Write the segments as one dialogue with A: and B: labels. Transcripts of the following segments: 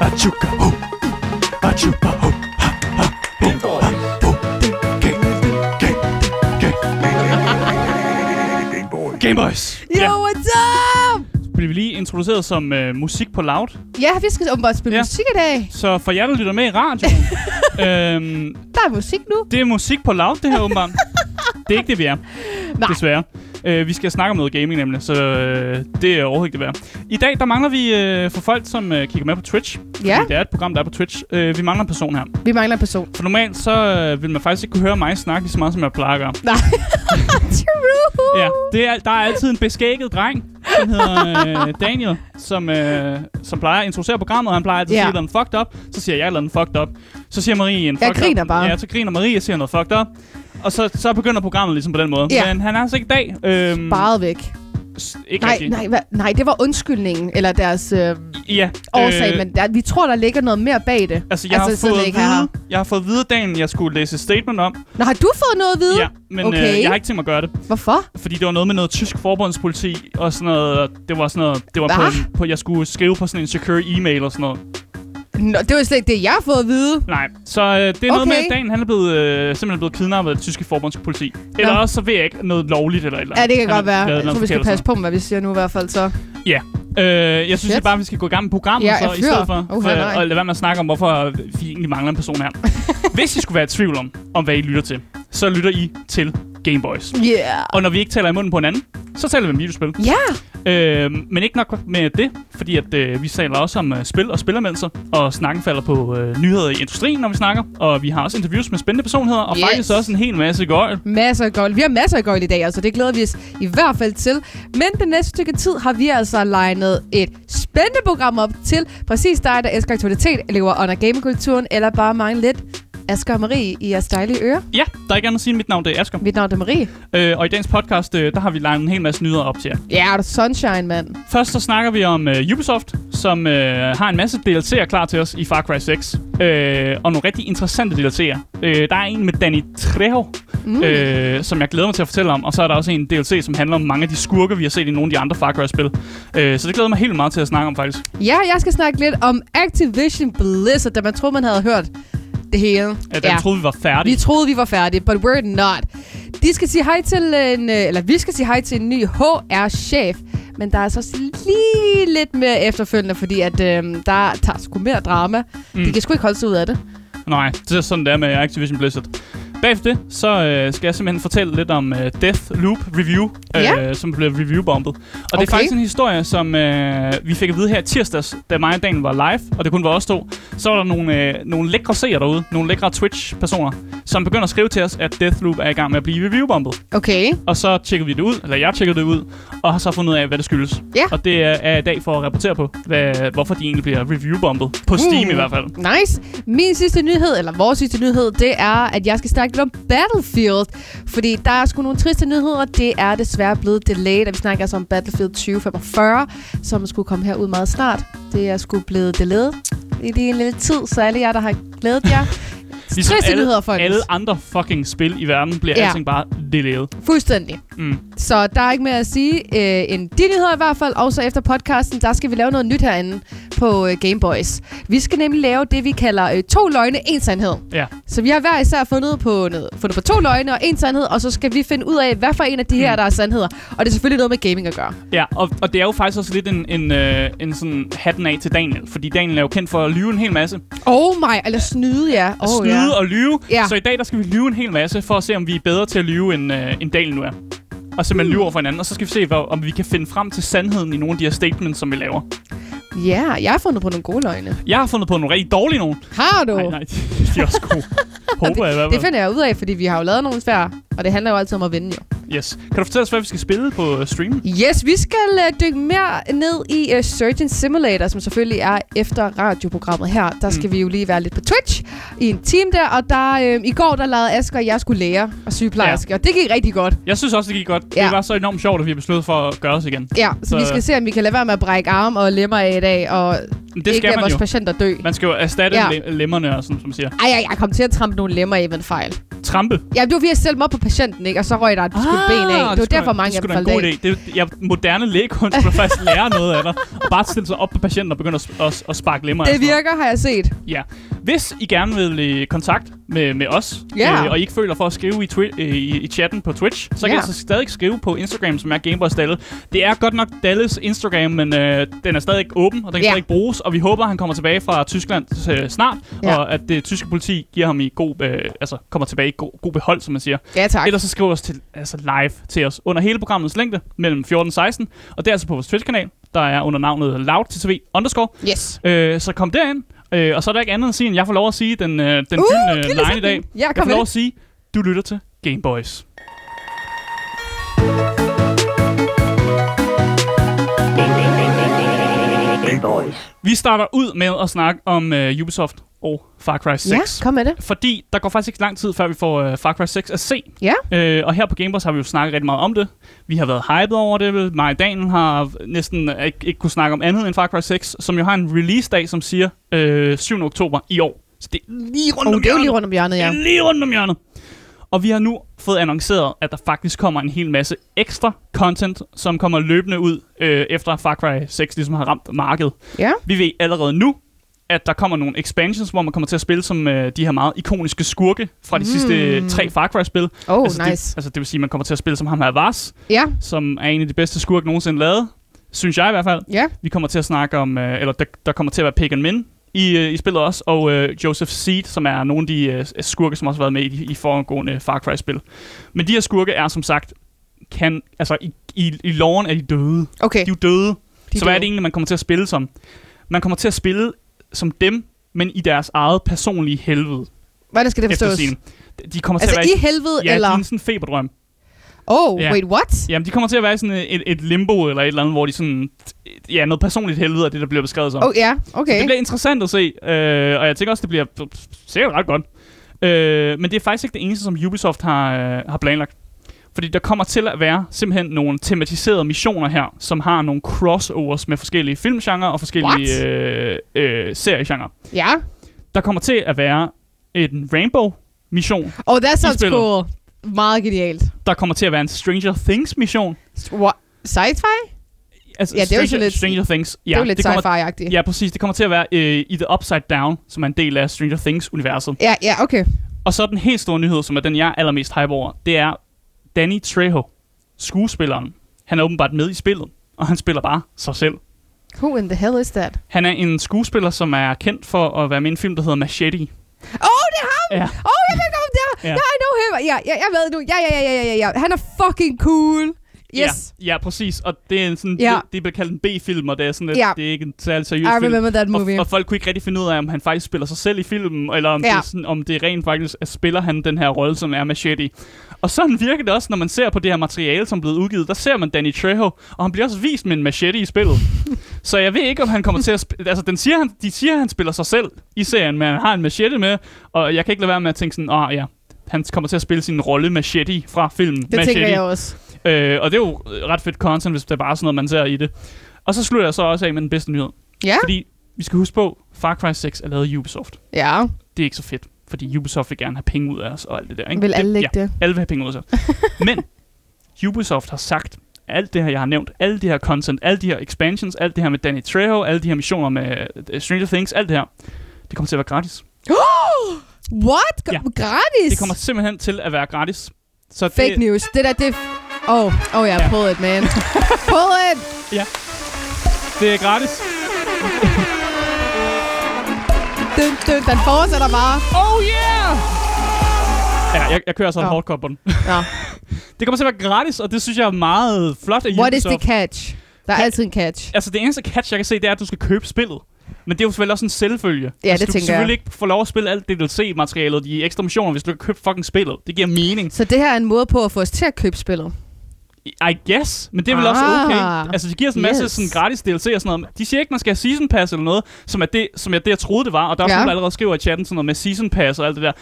A: achuka ho achupa ho ha ha bing ho ding gang ding gang ding gang Game Boys.
B: Yo,
C: Ja.
B: what's up?
C: Bliver vi lige introduceret som øh, musik på loud.
B: Ja, vi skal åbenbart spille
C: Ja.
B: musik i dag.
C: Så for jer, der lytter med i radioen, øhm,
B: Der er musik nu.
C: det er musik på loud, det her åbenbart. Det er ikke det, vi er.
B: Nej.
C: Desværre. Øh, vi skal snakke om noget gaming nemlig, så øh, det er overhovedet ikke det værd. I dag, der mangler vi øh, for folk, som øh, kigger med på Twitch.
B: Ja,
C: fordi Det er et program, der er på Twitch. Øh, vi mangler en person her.
B: vi mangler en person.
C: For normalt, så øh, vil man faktisk ikke kunne høre mig snakke lige så meget, som jeg plejer at gøre.
B: Nej. True.
C: Ja, det er, der er altid en beskægget dreng, som hedder øh, Daniel, som, øh, som plejer at introducere programmet, og han plejer altid
B: Ja.
C: at sige, at fucked up. Så siger jeg, at jeg fucked up. Så siger Marie en fucked up.
B: griner bare.
C: Ja, så griner Marie og siger noget fucked up. Og så, så begynder programmet ligesom på den måde.
B: Ja.
C: Men han er altså ikke i dag. Øhm,
B: Sparet væk.
C: s- Ikke
B: Nej,
C: rigtig.
B: nej, hvad? nej, det var undskyldningen, eller deres øh,
C: Ja, øh,
B: årsag, men der, vi tror, der ligger noget mere bag det.
C: Altså, jeg,
B: altså,
C: har
B: siden
C: fået
B: jeg
C: at
B: ikke er
C: vide, jeg har fået at vide dagen, jeg skulle læse et statement om.
B: Nå, har du fået noget at vide?
C: Ja, men
B: Okay.
C: øh, jeg har ikke tænkt mig at gøre det.
B: Hvorfor?
C: Fordi det var noget med noget tysk forbundspoliti og sådan noget. og Det var sådan noget, det var på,
B: Hva?
C: en- på, jeg skulle skrive på sådan en secure e-mail og sådan noget.
B: Nå, det var slet ikke det, jeg har fået at vide.
C: Nej, så øh, det er okay. noget
B: Okay.
C: med, at Dan han er blevet, øh, simpelthen blevet kidnappet af det tyske forbundspoliti. Eller
B: Nå.
C: også, så ved jeg ikke, noget lovligt eller et eller
B: Ja, det kan
C: Han
B: godt
C: har
B: være.
C: lavet
B: Jeg
C: noget
B: tror, vi skal
C: forkert
B: passe på med, hvad vi siger nu i hvert fald så.
C: eller sådan noget. Øh, jeg synes
B: Shit.
C: bare, vi skal gå i gang med programmet
B: Ja,
C: så,
B: jeg
C: i stedet for.
B: fyrer. Uha,
C: for-
B: nej.
C: og lade være med at snakke om, hvorfor vi egentlig mangler en person her. Hvis I skulle være i tvivl om, om hvad I lytter til, så lytter I til Gameboys.
B: Yeah.
C: Og når vi ikke taler i munden på hinanden, så taler vi om videospil.
B: Ja,
C: Øh, men ikke nok med det, fordi at, øh, vi taler også om øh, spil og spilermeldelser, og snakken falder på øh, nyheder i industrien, når vi snakker, og vi har også interviews med spændende personligheder, og
B: Yes.
C: yes. faktisk også en hel masse gøjl.
B: masser af gøjl. Vi har masser af gøjl i dag, altså det glæder vi os i hvert fald til. Men den næste stykke tid har vi altså legnet et spændende program op til præcis dig, der elsker aktualitet, lever under gamekulturen, eller bare mange lidt Asger og Marie i jeres dejlige ører.
C: Ja, der er ikke andet at sige, mit navn det er Asger.
B: Mit navn er Marie.
C: Øh, og i dagens podcast, øh, der har vi lagt en hel masse nyheder op til jer.
B: Ja, er du sunshine, mand.
C: Først så snakker vi om øh, Ubisoft, som øh, har en masse DLC'er klar til os i Far Cry 6. Øh, og nogle rigtig interessante DLC'er. Øh, der er en med Danny Trejo,
B: Mm. Øh.
C: øh, som jeg glæder mig til at fortælle om. Og så er der også en DLC, som handler om mange af de skurke, vi har set i nogle af de andre Far Cry-spil. Øh, så det glæder jeg mig helt meget til at snakke om, faktisk.
B: Ja, jeg skal snakke lidt om Activision Blizzard, da man troede, man havde hørt det hele.
C: At jeg troede, vi var
B: Vi
C: færdige.
B: troede, vi var færdige, but we're not. De skal sige hej til en, øh, eller vi skal sige hej til en ny HR-chef, men der er så også lige lidt mere efterfølgende, fordi at, øh, der tager sgu mere drama. Mm. De kan sgu ikke holde sig ud af det.
C: Nej, det er sådan, det er med Activision Blizzard. Bagefter det, så øh, skal jeg simpelthen fortælle lidt om øh, Deathloop Review, øh,
B: Ja.
C: som blev reviewbombet. Og det
B: Okay.
C: er faktisk en historie, som øh, vi fik at vide her i tirsdags, da mig og Daniel var live, og det kun var os to. Så var der nogle, øh, nogle lækre seere derude, nogle lækre Twitch-personer, som begynder at skrive til os, at Deathloop er i gang med at blive reviewbombet.
B: Okay.
C: Og så tjekkede vi det ud, eller jeg tjekkede det ud, og har så fundet ud af, hvad det skyldes.
B: Ja.
C: Og det er, er i dag for at rapportere på, hvad, hvorfor de egentlig bliver reviewbombet. På Steam
B: Mm.
C: mm. i hvert fald.
B: Nice. Min sidste nyhed, eller vores sidste nyhed, det er, at jeg skal snakke lidt om Battlefield. Fordi der er sgu nogle triste nyheder. Det er desværre blevet delayed, og vi snakker altså om Battlefield 2045, som skulle komme herud meget snart. Det er sgu blevet delayed i lige en lille tid, så alle jer, der har glædet jer.
C: Ligesom
B: triste
C: alle-
B: nyheder, folkens.
C: Alle andre fucking spil i verden bliver
B: Ja.
C: ja. alting bare delayed.
B: Fuldstændig.
C: Mm.
B: Så der er ikke mere at sige øh, end de nyheder i hvert fald. Og så efter podcasten, der skal vi lave noget nyt herinde på øh, Gameboys. Vi skal nemlig lave det, vi kalder øh, to løgne, en sandhed.
C: Ja.
B: Så vi har hver især fundet på, noget, fundet på to løgne og en sandhed, og så skal vi finde ud af, hvad for en af de her,
C: Mm.
B: der er sandheder. Og det er selvfølgelig noget med gaming at gøre.
C: Ja, og, og det er jo faktisk også lidt en, en, øh, en sådan hatten af til Daniel, fordi Daniel er jo kendt for at lyve en hel masse. At
B: Oh my, eller snyde, ja. Oh,
C: snyde
B: ja.
C: og lyve.
B: Ja.
C: Så i dag der skal vi lyve en hel masse, for at se, om vi er bedre til at lyve, end, øh, end Daniel nu er. Og simpelthen
B: Hmm.
C: lyve over for hinanden, og så skal vi se, hvor, om vi kan finde frem til sandheden i nogle af de her statements, som vi laver.
B: Ja, jeg har fundet på nogle gode løgne.
C: Jeg har fundet på nogle rigtig dårlige nogen.
B: Har du?
C: Nej, nej, de er også gode. Håber jeg i hvert
B: Det
C: fald.
B: finder jeg ud af, fordi vi har jo lavet nogle svære, og det handler jo altid om at vinde jo.
C: Yes. Kan du fortælle os, hvad vi skal spille på øh, streamen?
B: Yes, vi skal uh, dykke mere ned i uh, Surgeon Simulator, som selvfølgelig er efter radioprogrammet her. Der skal mm. vi jo lige være lidt på Twitch i en time der, og der uh, i går der lavede Asger og jeg skulle læger og sygeplejerske, ja. og det gik rigtig godt.
C: Jeg synes også, det gik godt.
B: Ja.
C: Det var så enormt sjovt, at vi har besluttet for at gøre os igen.
B: Ja, så, så
C: Så-
B: vi skal se, om vi kan lade være med at brække arme og lemmer af i dag, og
C: Men
B: det
C: det
B: ikke
C: skal
B: lade
C: man
B: vores
C: jo.
B: patienter dø.
C: Man skal jo erstatte
B: Ja.
C: ja. lemmerne og sådan, som man siger.
B: Ej, ej, jeg kom til at trampe nogle lemmer af ved en fejl.
C: trampe.
B: Ja, du var fordi, jeg stillede mig op på patienten, ikke? Og så røg der
C: Ah,
B: et skudt ben af. Det var derfor mange af dem
C: af dem
B: faldt af.
C: Det er sgu da en god idé. Det, jeg, moderne lægekunst vil faktisk lære noget af dig. Og bare stille sig op på patienten og begynde at, sp- at, at sparke lemmer. og
B: Det
C: sådan noget.
B: virker, har jeg set.
C: Ja. Hvis I gerne vil i kontakt med, med os, øh,
B: Ja.
C: og I ikke føler for at skrive i, twi- øh, i, i chatten på Twitch, så kan
B: Ja.
C: I så stadig skrive på Instagram, som er Gameboys Dalle. Det er godt nok Dalles Instagram, men øh, den er stadig åben, og den kan
B: Ja.
C: stadig bruges, og vi håber, at han kommer tilbage fra Tyskland øh, snart,
B: Ja.
C: og at det tyske politi giver ham i god, øh, altså kommer tilbage i god, god behold, som man siger.
B: Ja, tak.
C: Ellers så skriv os til, altså live til os under hele programmets længde, mellem 14 og 16, og det er altså på vores Twitch-kanal, der er under navnet loud til tv underscore.
B: Yes.
C: Øh, så kom derind, øh, og så er der ikke andet at sige, end jeg får lov at sige den, øh, den
B: Uh,
C: gyldne
B: lille
C: line i dag.
B: sætning. Ja,
C: Jeg
B: kom
C: får lov
B: med.
C: at sige, du lytter til Game Boys. Vi starter ud med at snakke om øh, Ubisoft og Far Cry 6.
B: Ja, kom med det.
C: Fordi der går faktisk ikke lang tid, før vi får øh, Far Cry 6 at se.
B: Ja.
C: Øh, og her på Gameboys har vi jo snakket rigtig meget om det. Vi har været hyped over det. Mig og Daniel har næsten ikke, ikke kunne snakke om andet end Far Cry 6, som jo har en release-dag, som siger øh, 7. oktober i år. Så det er lige rundt
B: Oh,
C: om
B: det er jo
C: hjørnet.
B: lige rundt om hjørnet, ja.
C: Det er lige rundt om hjørnet. Og vi har nu fået annonceret, at der faktisk kommer en hel masse ekstra content, som kommer løbende ud, øh, efter Far Cry 6 ligesom har ramt markedet.
B: Ja.
C: Vi ved allerede nu, at der kommer nogle expansions, hvor man kommer til at spille som øh, de her meget ikoniske skurke fra de mm. sidste tre Far Cry-spil.
B: Oh,
C: altså,
B: nice.
C: det, altså det vil sige, at man kommer til at spille som ham her Vars,
B: Ja,
C: som er en af de bedste skurke nogensinde lavet. Synes jeg i hvert fald.
B: ja.
C: Vi kommer til at snakke om, øh, eller der, der kommer til at være Pick and Min i, øh, i spillet også, og øh, Joseph Seed, som er nogle af de øh, skurke, som også har været med i, de- i foregående Far Cry-spil. Men de her skurke er som sagt, kan, altså i, i, i loven er de døde.
B: Okay.
C: De er jo døde.
B: De
C: De så hvad er det
B: døde.
C: egentlig, man kommer til at spille som? Man kommer til at spille som dem, men i deres eget personlige helvede.
B: Hvordan skal det forstås?
C: Eftersigende. De kommer til
B: Altså
C: at være
B: i helvede,
C: ja,
B: eller?
C: de er sådan en feberdrøm.
B: Oh,
C: Ja.
B: wait, what?
C: Jamen, de kommer til at være i sådan et, et limbo eller et eller andet, hvor de sådan... Ja, noget personligt helvede er det, der bliver beskrevet som.
B: Oh, ja,
C: Så
B: okay.
C: Det bliver interessant at se, øh, og jeg tænker også, det bliver sikkert ret godt. Øh, men det er faktisk ikke det eneste, som Ubisoft har, øh, har planlagt. Fordi der kommer til at være simpelthen nogle tematiserede missioner her, som har nogle crossovers med forskellige filmgenre og forskellige øh, øh, seriegenre.
B: Ja.
C: Der kommer til at være en Rainbow-mission.
B: Oh, that sounds
C: spillet.
B: cool. Meget genialt.
C: Der kommer til at være en Stranger Things-mission.
B: What? Sci-fi?
C: Altså,
B: Ja, det er
C: Stranger,
B: jo sådan lidt-
C: Stranger Things. Ja,
B: det er jo lidt
C: kommer,
B: sci-fi-agtigt.
C: Ja, præcis. Det kommer til at være øh, i The Upside Down, som er en del af Stranger Things-universet.
B: Ja, ja, okay.
C: Og så den helt store nyhed, som er den, jeg er allermest hype over, det er Danny Trejo, skuespilleren. Han er åbenbart med i spillet, og han spiller bare sig selv.
B: Who in the hell is that?
C: Han er en skuespiller, som er kendt for at være med i en film, der hedder Machete.
B: Oh, det er ham!
C: Ja.
B: Oh, jeg ved godt, om det
C: Ja.
B: er. Ja. I know him. Ja, ja, jeg ved nu. Ja, ja, ja, ja, ja, ja. Han er fucking cool. Yes.
C: Ja, ja, præcis. Og det er en sådan,
B: Ja.
C: ja. det, det bliver kaldt en B-film, og det er sådan, at
B: Ja.
C: det er ikke en særlig seriøs
B: I
C: film.
B: remember that movie.
C: Og, og folk kunne ikke rigtig finde ud af, om han faktisk spiller sig selv i filmen, eller om, ja. det,
B: Ja.
C: er sådan, om det rent faktisk at spiller han den her rolle, som er Machete. Og sådan virker det også, når man ser på det her materiale, som er blevet udgivet. Der ser man Danny Trejo, og han bliver også vist med en machete i spillet. Så jeg ved ikke, om han kommer til at spille... Altså, den siger, han, de siger, at han spiller sig selv i serien, men han har en machete med, og jeg kan ikke lade være med at tænke sådan, ah ja, han kommer til at spille sin rolle machete fra filmen.
B: det
C: machete.
B: tænker jeg også.
C: Øh, og det er jo ret fedt content, hvis det er bare sådan noget, man ser i det. Og så slutter jeg så også af med den bedste nyhed.
B: Ja.
C: Fordi vi skal huske på, Far Cry 6 er lavet af Ubisoft.
B: Ja,
C: Det er ikke så fedt, fordi Ubisoft vil gerne have penge ud af os og alt det der. Ikke?
B: vil alle
C: det,
B: lægge det?
C: alle vil have penge ud af sig. Men Ubisoft har sagt, alt det her, jeg har nævnt, alle de her content, alle de her expansions, alt det her med Danny Trejo, alle de her missioner med øh, Stranger Things, alt det her, det kommer til at være gratis.
B: Oh! What? G-
C: Ja.
B: Gratis?
C: Det kommer simpelthen til at være gratis. Så
B: Fake
C: det,
B: news. Det der, det... er f- Oh, oh yeah,
C: Ja.
B: pull it, man. pull it!
C: det er gratis.
B: Dun, dun, den fortsætter bare.
C: Oh yeah! Ja, jeg, jeg kører så en
B: Nå.
C: hardcore på den.
B: Nå.
C: Det kommer til at være gratis, og det synes jeg er meget flot af
B: What is
C: Ubisoft.
B: the catch? Der er
C: Ja.
B: altid en catch.
C: Altså, det eneste catch, jeg kan se, det er, at du skal købe spillet. Men det er jo selvfølgelig også en selvfølge.
B: Ja,
C: altså,
B: det
C: du
B: tænker
C: kan selvfølgelig
B: jeg.
C: ikke få lov at spille alt det DLC-materialet, de ekstra missioner, hvis du ikke køber fucking spillet. Det giver mening.
B: Så det her er en måde på at få os til at købe spillet.
C: I guess, men det er vel også
B: Ah,
C: okay. Altså, de giver os en masse
B: yes.
C: sådan gratis DLC og sådan noget. De siger ikke, man skal have Season Pass eller noget, som er det, som jeg, det, jeg troede, det var. Og der er også
B: Ja.
C: nogen, der allerede skriver i chatten sådan noget med Season Pass og alt det der.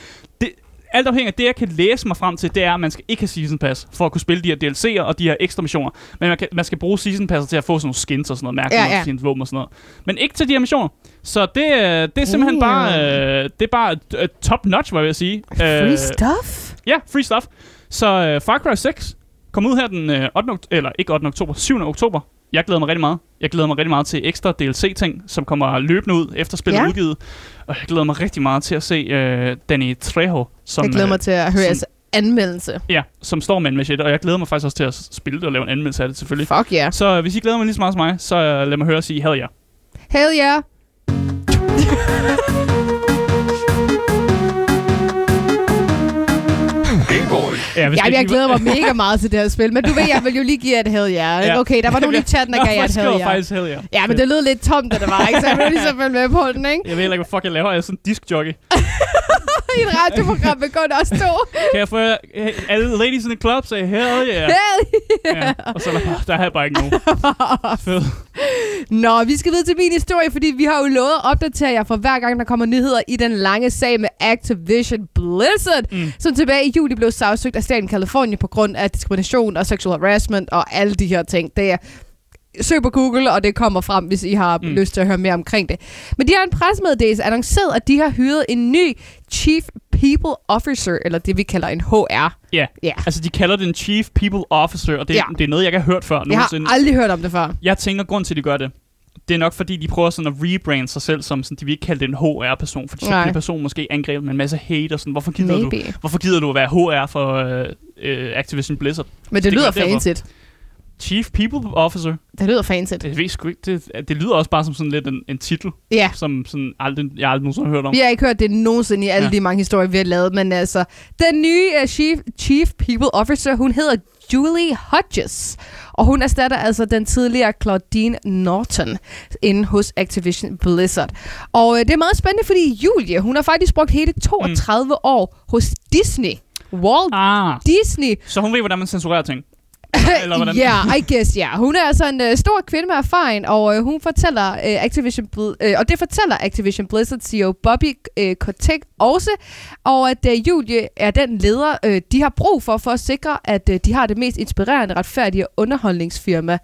C: Det, alt afhængig af det, jeg kan læse mig frem til, det er, at man skal ikke have Season Pass for at kunne spille de her DLC'er og de her ekstra missioner. Men man, kan, man skal bruge Season Passer til at få sådan nogle skins og sådan noget, mærke
B: Ja,
C: ja, ja.
B: ja.
C: sine våben og sådan noget. Men ikke til de her missioner. Så det,
B: Uh.
C: øh, det er simpelthen
B: Damn.
C: bare, øh, det er bare øh, top notch, var jeg ved at sige.
B: Free
C: Øh,
B: stuff?
C: Ja, Ja, free stuff. Så øh, Far Cry 6 kom ud her den øh, 8. Oktober, eller ikke 8. oktober, 7. oktober. Jeg glæder mig rigtig meget. Jeg glæder mig rigtig meget til ekstra DLC-ting, som kommer løbende ud efter spillet
B: Ja.
C: er udgivet. Og jeg glæder mig rigtig meget til at se øh, Danny Trejo, som,
B: Jeg glæder
C: øh,
B: mig til at høre
C: som-
B: jeres anmeldelse.
C: ja, som står med en machete. Og jeg glæder mig faktisk også til at spille det og lave en anmeldelse af det, selvfølgelig.
B: Fuck yeah.
C: Så øh, hvis I glæder mig lige så meget som mig, så øh, lad mig høre og sige, havde jeg.
B: Hell yeah.
C: Ja, hvis
B: Ja,
C: det
B: jeg
C: ikke
B: glæder
C: var-
B: mig mega meget til det her spil, men du ved, jeg vil jo lige give jer et hell yeah.
C: Ja.
B: Ja. Okay, der var nogen i chatten, der gav jer
C: jeg
B: et hell
C: skriver
B: yeah.
C: faktisk havde jeg.
B: Ja, men det lød lidt tomt, da det var, ikke? Så jeg blev lige så vel med på den, ikke?
C: Jeg ved heller ikke, hvad fuck jeg laver. Jeg er sådan en diskjockey.
B: I et radioprogram med kun os to.
C: Kan jeg få øh, alle ladies in the club sagde, hell yeah.
B: Hell
C: ja. Og så er der, der har jeg bare ikke nogen. Fed.
B: Nå, vi skal videre til min historie, fordi vi har jo lovet at opdatere jer for hver gang, der kommer nyheder i den lange sag med Activision Blizzard,
C: Mm.
B: mm. som tilbage i juli blev sagsøgt af staten Kalifornien på grund af diskrimination og sexual harassment og alle de her ting. Det er Søg på Google, og det kommer frem, hvis I har
C: Mm.
B: mm. lyst til at høre mere omkring det. Men de har en pressemeddelelse annonceret, at de har hyret en ny Chief People Officer, eller det vi kalder en HR.
C: Ja.
B: Ja.
C: Altså, de kalder den Chief People Officer, og det, ja.
B: Ja.
C: det er noget, jeg ikke har hørt før
B: Jeg har
C: nogensinde.
B: aldrig hørt om det før.
C: Jeg tænker, grund til, at de gør det, det er nok, fordi de prøver sådan at rebrande sig selv som sådan, de vil ikke kalde det en HR-person, for så bliver
B: Nej.
C: en person måske angrebet med en masse hate og sådan, hvorfor gider du?
B: Maybe.
C: Hvorfor gider du at være HR for øh, øh, Activision Blizzard?
B: Men
C: Det
B: det, lyder
C: går derfor.
B: fancy.
C: Chief People Officer,
B: Det lyder fancy.
C: det, ved jeg sgu ikke, det, det lyder også bare som sådan lidt en, en titel,
B: Ja.
C: som sådan aldrig, jeg aldrig nogensinde har hørt om.
B: Vi har ikke hørt det nogensinde i
C: Ja.
B: alle ja. de mange historier, vi har lavet, men altså, den nye uh, chief, chief People Officer, hun hedder Julie Hodges, og hun erstatter altså den tidligere Claudine Norton inde hos Activision Blizzard. Og øh, det er meget spændende, fordi Julie, hun har faktisk brugt hele 32 mm. år hos Disney. Walt
C: Ah,
B: Disney
C: så hun ved, hvordan man censurerer ting. Eller hvordan?
B: Øh, Ja, yeah, I guess, ja. Yeah. Hun er altså en øh, stor kvinde med erfaring, og øh, hun fortæller øh, Activision Bl- øh, og det fortæller Activision Blizzard CEO Bobby øh, Kotick også, og at øh, Julie er den leder, øh, de har brug for, for at sikre, at øh, de har det mest inspirerende, retfærdige underholdningsfirma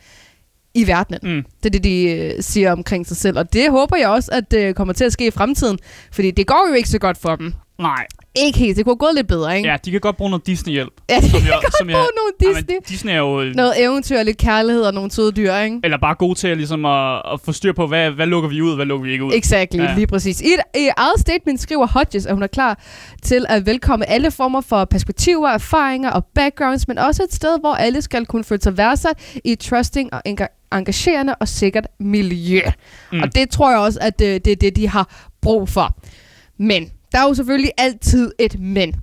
B: i verdenen.
C: Mm.
B: Det er det, de øh, siger omkring sig selv, og det håber jeg også, at øh, kommer til at ske i fremtiden, fordi det går jo ikke så godt for dem.
C: Nej,
B: Ikke helt, det kunne gå lidt bedre, ikke?
C: ja, de kan godt bruge noget Disney-hjælp.
B: Ja, de
C: som jeg, som
B: bruge nogle Disney.
C: Jamen, Disney er jo...
B: Noget eventyr, lidt kærlighed og nogle søde dyr, ikke?
C: Eller bare gode til at, ligesom at, at få styr på, hvad, hvad lukker vi ud, hvad lukker vi ikke ud.
B: Exactly,
C: Ja.
B: ja. lige præcis. I et i et eget statement skriver Hodges, at hun er klar til at velkomme alle former for perspektiver, erfaringer og backgrounds, men også et sted, hvor alle skal kunne føle sig værdsat i et trusting og enga- engagerende og sikkert miljø.
C: Mm.
B: Mm. Og det tror jeg også, at øh, det er det, de har brug for. Men der er jo selvfølgelig altid et men.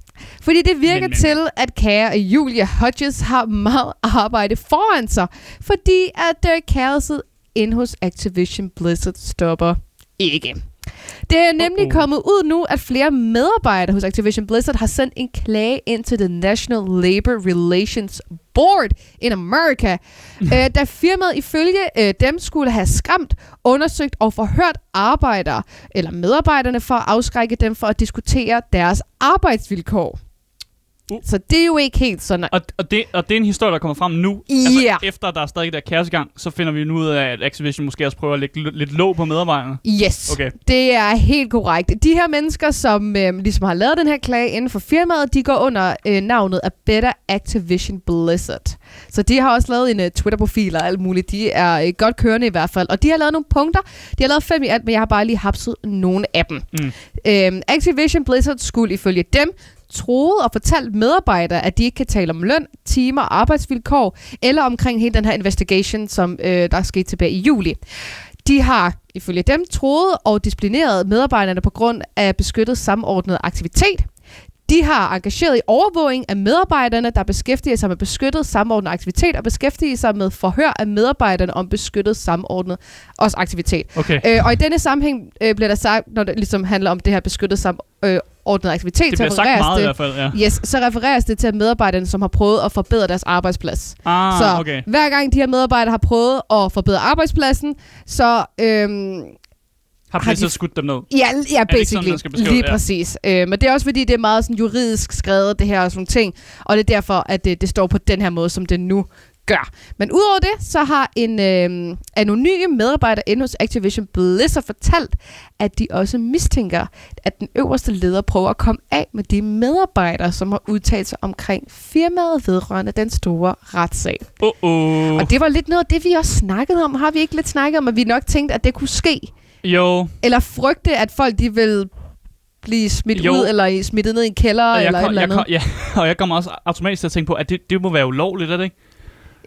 B: Fordi det
C: Men,
B: virker men,
C: men.
B: men. til, at kære Julia Hodges har meget arbejde foran sig, fordi at øh, kaoset inde hos Activision Blizzard stopper ikke. Det er nemlig
C: Uh-oh.
B: kommet ud nu, at flere medarbejdere hos Activision Blizzard har sendt en klage ind til The National Labor Relations Board in America, øh, da firmaet ifølge øh, dem skulle have skræmt, undersøgt og forhørt arbejdere eller medarbejderne for at afskrække dem for at diskutere deres arbejdsvilkår.
C: Uh.
B: Så det er jo ikke helt sådan.
C: Og, og, det, og det er en historie, der kommer frem nu. Altså,
B: Ja.
C: efter der er stadig der kærestegang, så finder vi nu ud af, at Activision måske også prøver at lægge l- lidt låg på medarbejderne.
B: Yes.
C: Okay.
B: Det er helt korrekt. De her mennesker, som øh, ligesom har lavet den her klage inden for firmaet, de går under øh, navnet af Better Activision Blizzard. Så de har også lavet en øh, Twitter-profil og alt muligt. De er øh, godt kørende i hvert fald. Og de har lavet nogle punkter. De har lavet fem i alt, men jeg har bare lige hapset nogle af dem.
C: Mm.
B: Øhm, Activision Blizzard skulle ifølge dem troede og fortalt medarbejdere, at de ikke kan tale om løn, timer, arbejdsvilkår, eller omkring hele den her investigation, som øh, der skete tilbage i juli. De har ifølge dem troet og disciplineret medarbejderne på grund af beskyttet samordnet aktivitet. De har engageret i overvågning af medarbejderne, der beskæftiger sig med beskyttet samordnet aktivitet, og beskæftiger sig med forhør af medarbejderne om beskyttet samordnet også aktivitet.
C: Okay.
B: Øh, og i denne sammenhæng øh, bliver der sagt, når det ligesom handler om det her beskyttet samordnet øh, ordnet aktivitet,
C: det
B: så
C: bliver sagt
B: refereres
C: meget i
B: det,
C: hvert fald, ja.
B: yes, så refereres det til at medarbejderne, som har prøvet at forbedre deres arbejdsplads.
C: Ah,
B: så
C: okay.
B: hver gang de her medarbejdere har prøvet at forbedre arbejdspladsen, så øhm,
C: Har
B: de-
C: Blizzard skudt dem ned?
B: Ja, ja
C: det ikke sådan,
B: basically.
C: man skal beskrive
B: Lige
C: det? Ja.
B: præcis. Øh, men det er også fordi, det er øh, meget sådan juridisk skrevet, det her og sådan nogle ting. Og det er derfor, at det, det står på den her måde, som det nu gør. Men udover det, så har en øh, anonym medarbejder inde hos Activision Blizzard fortalt, at de også mistænker, at den øverste leder prøver at komme af med de medarbejdere, som har udtalt sig omkring firmaet vedrørende den store retssag.
C: Åh, åh.
B: Og det var lidt noget af det, vi også snakkede om. Har vi ikke lidt snakket om, at vi nok tænkte, at det kunne ske?
C: Jo,
B: Eller frygte, at folk de vil blive smidt
C: Jo.
B: ud, eller i- smittet ned i en kælder,
C: og jeg,
B: eller et
C: kom,
B: eller
C: jeg,
B: andet.
C: kom, ja, og jeg kommer også automatisk til at tænke på, at det, det må være ulovligt, er det ikke?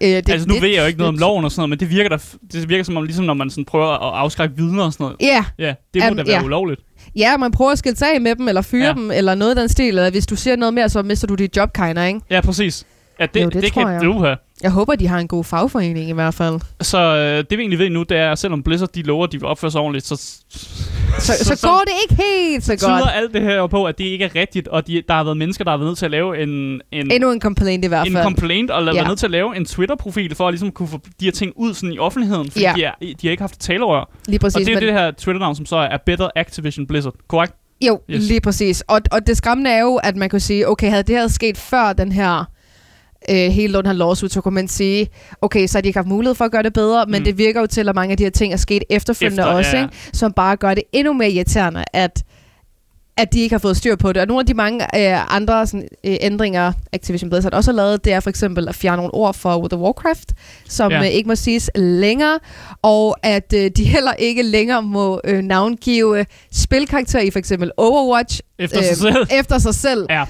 B: Øh, det er
C: Det, altså, nu
B: lidt-
C: ved jeg jo ikke noget om
B: lidt-
C: loven og sådan noget, men det virker, der, det virker som om, ligesom når man sådan prøver at afskrække vidner og sådan noget.
B: Ja,
C: Ja, det må
B: Am,
C: da være
B: ja.
C: ulovligt.
B: ja, man prøver at skille sig af med dem, eller fyre
C: Ja.
B: ja. dem, eller noget af den stil. Eller hvis du siger noget mere, så mister du dit job, kinder, ikke?
C: Ja, præcis. Ja, det,
B: Jo, det
C: det
B: tror
C: kan
B: jeg.
C: du have.
B: Jeg håber, de har en god fagforening i hvert fald.
C: Så øh, det vi egentlig ved nu, det er, at selvom Blizzard de lover, at de vil opføre sig ordentligt, så,
B: Så, så, så går det ikke helt så
C: tyder
B: godt.
C: alt det her jo på, at det ikke er rigtigt, og de, der har været mennesker, der har været nødt til at lave en, en,
B: Endnu en complaint i hvert
C: en
B: fald.
C: complaint, og la-
B: Ja.
C: været nødt til at lave en Twitter-profil, for at ligesom kunne få de her ting ud sådan i offentligheden, fordi
B: Ja.
C: de, er, de har ikke haft talerør. Og
B: Lige præcis.
C: det er
B: men-
C: det her Twitter-navn, som så er Better Activision Blizzard, korrekt?
B: Jo,
C: Yes.
B: yes. lige præcis. Og, og det skræmmende er jo, at man kan sige, okay, havde det her sket før den her øh, hele den her lawsuit, så kunne man sige, okay, så har de ikke haft mulighed for at gøre det bedre, men
C: Mm.
B: mm. det virker jo til, at mange af de her ting er sket efterfølgende
C: Efter,
B: Efter, også,
C: ja.
B: ja. ikke? som bare gør det endnu mere irriterende, at at de ikke har fået styr på det. Og nogle af de mange øh, andre sådan, øh, ændringer, Activision Blizzard også har lavet, det er for eksempel at fjerne nogle ord for World of Warcraft, som
C: Ja.
B: ja. øh, ikke må siges længere, og at øh, de heller ikke længere må øh, navngive spilkarakterer i for eksempel Overwatch
C: Efter sig
B: øh,
C: selv.
B: efter sig selv
C: Ja,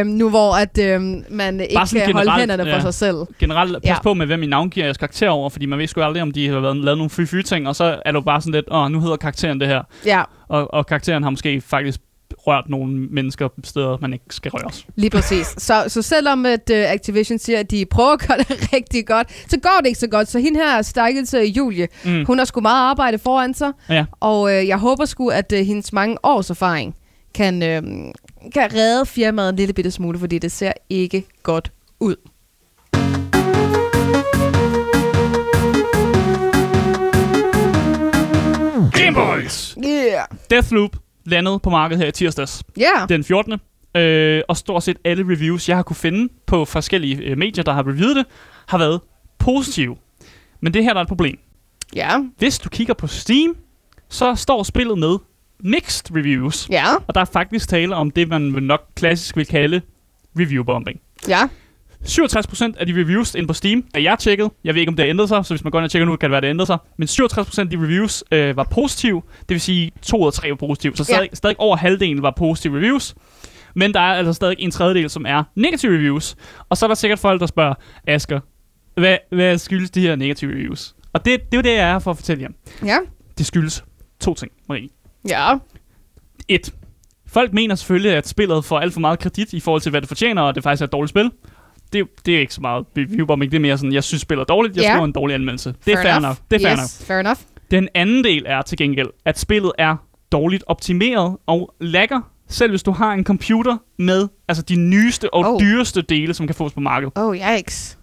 B: øh, nu hvor at øh, man ikke
C: sådan
B: kan holde
C: generelt,
B: hænderne for
C: ja.
B: sig selv.
C: generelt pas ja.
B: Ja.
C: på med, hvem I navngiver jeres karakter over, fordi man ved sgu aldrig, om de har været, lavet nogle fy ting og så er du bare sådan lidt, åh, nu hedder karakteren det her,
B: Ja,
C: og, og karakteren har måske faktisk rørt nogle mennesker steder, man ikke skal røres.
B: lige præcis. så, så selvom at, øh, Activision siger, at de prøver at gøre det rigtig godt, så går det ikke så godt. Så hende her, stakkelse Julie,
C: Mm.
B: hun har sgu meget arbejde foran sig,
C: Ja.
B: og øh, jeg håber sgu, at øh, hendes mange års erfaring kan, øh, kan redde firmaet en lille bitte smule, fordi det ser ikke godt ud.
C: Gameboys!
B: Yeah.
C: Deathloop landede på markedet her i tirsdags,
B: Ja.
C: den 14. Øh, og stort set alle reviews, jeg har kunne finde på forskellige øh, medier, der har reviewet det, har været positive. Men det her der er et problem.
B: Ja.
C: Hvis du kigger på Steam, så står spillet med mixed reviews.
B: Ja.
C: Og der er faktisk tale om det, man vel nok klassisk vil kalde review-bombing.
B: Ja.
C: 67% af de reviews inde på Steam, da jeg tjekkede, jeg ved ikke, om det har ændret sig, så hvis man går ind og tjekker nu, kan det være, det ændrer sig, men 67% af de reviews øh, var positive, det vil sige 2 ud af 3 var positive, så
B: Ja.
C: stadig, stadig over halvdelen var positive reviews, men der er altså stadig en tredjedel, som er negative reviews, og så er der sikkert folk, der spørger, Asger, hvad, hvad skyldes de her negative reviews? Og det, det er jo det, jeg er her for at fortælle jer.
B: Ja.
C: Det skyldes to ting, Marie.
B: Ja.
C: 1. Folk mener selvfølgelig, at spillet får alt for meget kredit i forhold til, hvad det fortjener, og det faktisk er et dårligt spil. Det, det er ikke så meget reviewbombing, det er mere sådan, jeg synes spillet er dårligt, jeg
B: Ja.
C: skriver en dårlig anmeldelse. Det er fair nok. Det er fair nok.
B: yes, fair enough.
C: Den anden del er til gengæld, at spillet er dårligt optimeret og lagger, selv hvis du har en computer med altså de nyeste og oh.
B: Oh.
C: dyreste dele, som kan fås på markedet.
B: Oh, yikes.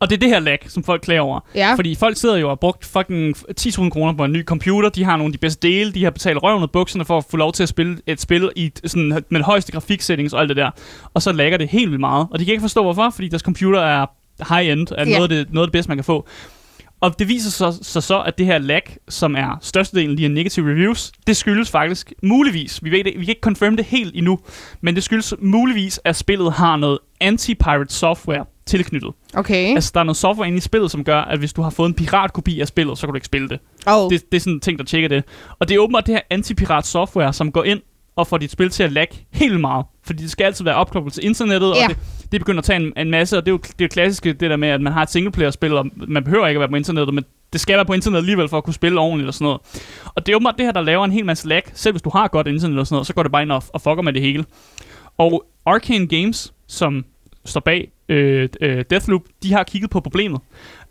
C: Og det er det her lag, som folk klager over.
B: Ja.
C: Fordi folk sidder jo og har brugt fucking 10.000 kroner på en ny computer, de har nogle af de bedste dele, de har betalt røven af bukserne for at få lov til at spille et spil i et- sådan, med den højeste grafiksettings og alt det der. Og så lagger det helt vildt meget, og de kan ikke forstå hvorfor, fordi deres computer er high-end, er
B: Ja.
C: noget, af det, noget af det bedste, man kan få. Og det viser sig så, så, så, at det her lag, som er størstedelen lige af negative reviews, det skyldes faktisk muligvis, vi, ved det, vi kan ikke confirm det helt endnu, men det skyldes muligvis, at spillet har noget anti-pirate software tilknyttet.
B: Okay.
C: Altså, der er noget software inde i spillet, som gør, at hvis du har fået en piratkopi af spillet, så kan du ikke spille det.
B: Oh.
C: Altså, Det, det er sådan en ting, der tjekker det. Og det er åbenbart det her antipirat software, som går ind og får dit spil til at lagge helt vildt meget. Fordi det skal altid være opkoblet til internettet,
B: Ja.
C: og det, det begynder at tage en, en masse, og det er jo det er jo klassiske, det der med, at man har et singleplayer-spil, og man behøver ikke at være på internettet, men det skal være på internettet alligevel for at kunne spille ordentligt og sådan noget. Og det er åbenbart det her, der laver en hel masse lag. Selv hvis du har godt internet og sådan noget, så går det bare ind og, og fucker med det hele. Og Arcane Games, som står bag øh, øh, Deathloop, de har kigget på problemet.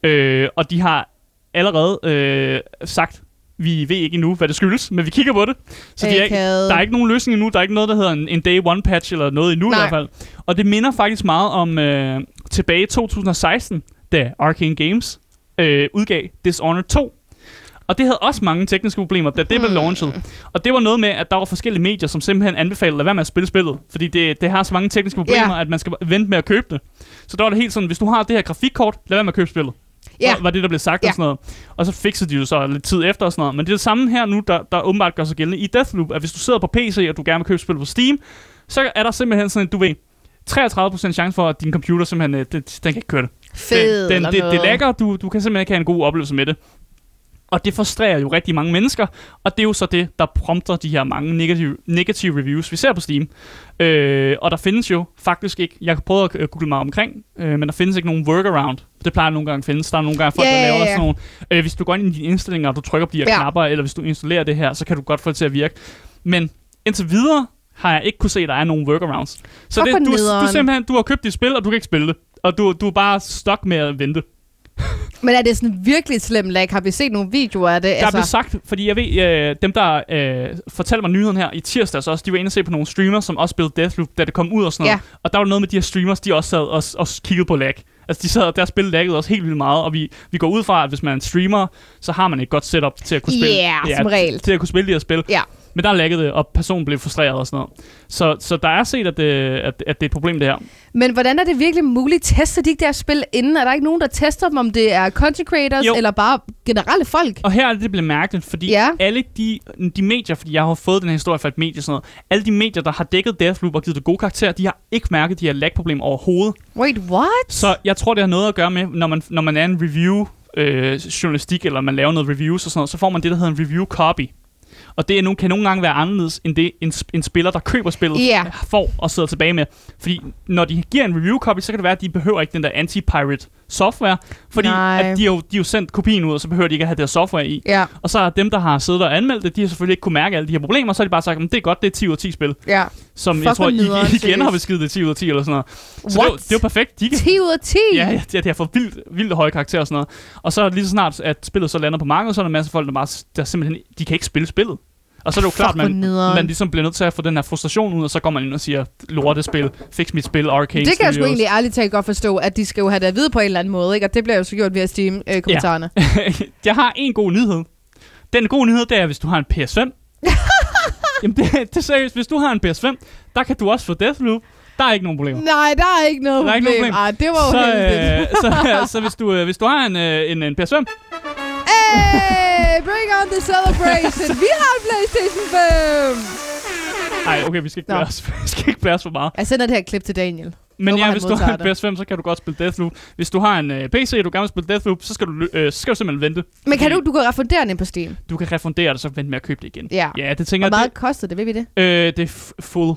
C: Øh, og de har allerede øh, sagt, vi ved ikke endnu, hvad det skyldes, men vi kigger på det. Så de er, ikke-
B: Akavet.
C: der er ikke nogen løsning endnu. Der er ikke noget, der hedder en, en day one patch eller noget endnu
B: Nej.
C: i hvert fald. Og det minder faktisk meget om øh, tilbage i 2016, da Arcane Games øh, udgav Dishonored 2. Og det havde også mange tekniske problemer, da det
B: Hmm.
C: blev launchet. Og det var noget med, at der var forskellige medier, som simpelthen anbefalede at lade være med at spille spillet. Fordi det, det har så mange tekniske problemer,
B: Ja.
C: at man skal vente med at købe det. Så der var det helt sådan, hvis du har det her grafikkort, lad være med at købe spillet.
B: Ja.
C: Var- Var det, der blev sagt
B: Ja.
C: og sådan noget. Og så fixede de jo så lidt tid efter og sådan noget. Men det er det samme her nu, der, der åbenbart gør sig gældende i Deathloop, at hvis du sidder på PC, og du gerne vil købe spillet på Steam, så er der simpelthen sådan, en, du ved, 33% chance for, at din computer simpelthen, øh, den, den kan ikke køre det.
B: Fed
C: den,
B: eller
C: den, det, det
B: noget.
C: lækker, du, du kan simpelthen ikke have en god oplevelse med det. Og det frustrerer jo rigtig mange mennesker, og det er jo så det, der prompter de her mange negative, negative reviews, vi ser på Steam. Øh, og der findes jo faktisk ikke, jeg prøvede at øh, google mig omkring, øh, men der findes ikke nogen workaround. Det plejer nogle gange at findes. Der er nogle gange folk,
B: Ja,
C: der
B: ja,
C: laver
B: ja.
C: sådan nogle. Øh, hvis du går ind i dine indstillinger, og du trykker på de her
B: Ja.
C: ja. knapper, eller hvis du installerer det her, så kan du godt få det til at virke. Men indtil videre har jeg ikke kunne se, at der er nogen workarounds. Så
B: Fuck,
C: det,
B: hvor
C: du, du,
B: nederen.
C: simpelthen, du har købt dit spil, og du kan ikke spille det. Og du, du er bare stok med at vente.
B: Men er det sådan virkelig slemt lag? Har vi set nogle videoer af det? Altså,
C: Der blev sagt, fordi jeg ved, øh, dem der øh, fortalte mig nyheden her i tirsdags også, de var inde og se på nogle streamere, som også spillede Deathloop, da det kom ud og sådan noget.
B: Ja.
C: Og der var noget med de her streamers, de også sad og, og kiggede på lag. Altså de sad, og der spillede lagget også helt vildt meget, og vi, vi går ud fra, at hvis man er en streamer, så har man et godt setup til at kunne spille.
B: Ja, som regel.
C: Til at kunne spille de her spil.
B: Ja.
C: Men der laggede det, og personen blev frustreret og sådan noget. Så, så der er set, at det, at, at det er et problem, det her.
B: Men hvordan er det virkelig muligt? Tester de ikke deres spil inden? Er der ikke nogen, der tester dem, om det er content creators
C: Jo.
B: eller bare generelle folk?
C: Og her er det, det bliver mærkeligt, fordi
B: Ja.
C: ja. alle de, de medier, fordi jeg har jo fået den her historie fra et medie og sådan noget, alle de medier, der har dækket Deathloop og givet det gode karakterer, de har ikke mærket de her lag-problemer overhovedet.
B: Wait, what?
C: Så jeg tror, det har noget at gøre med, når man, når man er en review øh, journalistik, eller man laver noget reviews og sådan noget, så får man det, der hedder en review copy. Og det er nu, kan nogle gange være anderledes, end det en, sp- en spiller, der køber spillet,
B: Ja.
C: får og sidder tilbage med. Fordi når de giver en review copy, så kan det være, at de behøver ikke den der anti-pirate software, fordi
B: Nej.
C: at de, har jo, de har jo sendt kopien ud, og så behøver de ikke at have det her software i.
B: Ja,
C: Og så er dem, der har siddet og anmeldt det, de har selvfølgelig ikke kunne mærke alle de her problemer, så har de bare sagt, at det er godt, det er 10 ud af 10 spil,
B: ja.
C: som
B: Fuck,
C: jeg tror,
B: hvor nederen,
C: I, igen har
B: seriøst.
C: beskidt det 10 ud af 10 eller sådan noget. Så det,
B: What?
C: er jo- det er jo perfekt. De kan,
B: 10 ud af 10?
C: ja, ja, det har fået vildt, vildt høje karakterer og sådan noget. Og så lige så snart, at spillet så lander på markedet, så er der masser af folk, der, bare, s- der simpelthen de kan ikke spille spillet. Og så er det jo
B: Fuck,
C: klart, man,
B: hvor nederen.
C: man ligesom bliver nødt til at få den her frustration ud, og så går man ind og siger, lortespil, fix mit spil, Arcane
B: Det kan jeg sgu
C: Studios.
B: egentlig ærligt talt godt forstå, at de skal jo have det at vide på en eller anden måde, ikke? Og det bliver jo så gjort via Steam-kommentarerne. Ja.
C: jeg har en god nyhed. Den gode nyhed, det er, hvis du har en PS5. Jamen, det, det er seriøst. Hvis du har en PS5, der kan du også få Deathloop. Der er ikke nogen problemer.
B: Nej, der er ikke noget
C: Der er ikke
B: problem.
C: noget problem.
B: Ah, det var jo
C: Så,
B: heldigt.
C: øh, så, så hvis, du, øh, hvis du har en, øh, en, en PS5,
B: Hey, bring on the celebration. Vi har en PlayStation 5.
C: nej, okay, vi skal ikke
B: Nå.
C: blære os, vi skal ikke blære os for meget.
B: Jeg sender det her klip til Daniel.
C: Men
B: Håber,
C: ja,
B: han
C: hvis du
B: modtager
C: har en PS5, så kan du godt spille Deathloop. Hvis du har en øh, PC, og du gerne vil spille Deathloop, så skal du, lø- øh, så skal du simpelthen vente.
B: Men kan du, du kan refundere den på Steam?
C: Du kan refundere det, så vente med at købe det igen.
B: Ja.
C: Ja, det tænker
B: Hvor
C: jeg, det-
B: meget koster det? Ved vi det?
C: Øh, det er f- full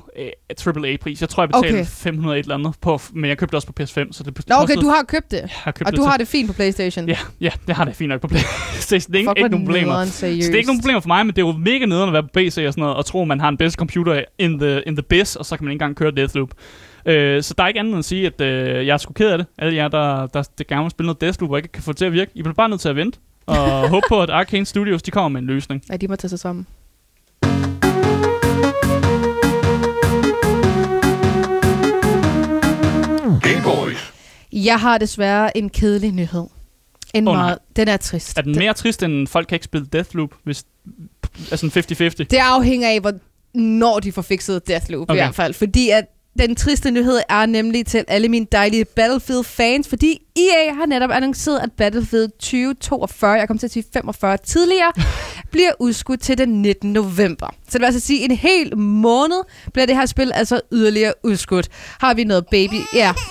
C: øh, AAA-pris. Jeg tror, jeg betalte
B: Okay.
C: okay. 500 et eller andet, på, f- men jeg købte det også på PS5, så det
B: Nå, okay,
C: kostede-
B: du har købt det.
C: Jeg har købt
B: Og
C: det
B: du
C: til-
B: har det fint på PlayStation.
C: Ja, ja, det har det fint nok på PlayStation. Det er ikke,
B: Fuck,
C: ikke
B: hvor
C: nogen problemer.
B: nederen,
C: Så
B: Seriøst.
C: det er ikke nogen problemer for mig, men det er jo mega nederen at være på PC og sådan noget, og tro, man har en bedste computer in the, in the biz, og så kan man ikke engang køre Deathloop. Øh, så der er ikke andet end at sige, at øh, jeg er sgu ked af det. Alle jer, der, der, der gerne vil spille noget Deathloop og ikke kan få det til at virke, I bliver bare nødt til at vente. Og håbe på, at Arcane Studios de kommer med en løsning.
B: Ja, de må tage sig sammen.
A: Game Boys.
B: Jeg har desværre en kedelig nyhed. En
C: Åh,
B: oh,
C: nej.
B: meget. Den er trist.
C: Er den mere trist, end folk kan ikke spille Deathloop, hvis... Altså 50-50?
B: Det afhænger af, hvor, når de får fikset Deathloop okay. i
C: Okay.
B: hvert fald. Fordi at den triste nyhed er nemlig til alle mine dejlige Battlefield-fans, fordi EA har netop annonceret, at Battlefield 2042, jeg kom til at sige 45 tidligere, bliver udskudt til den 19. november. Så det vil altså sige, en hel måned bliver det her spil altså yderligere udskudt. Har vi noget baby? Ja.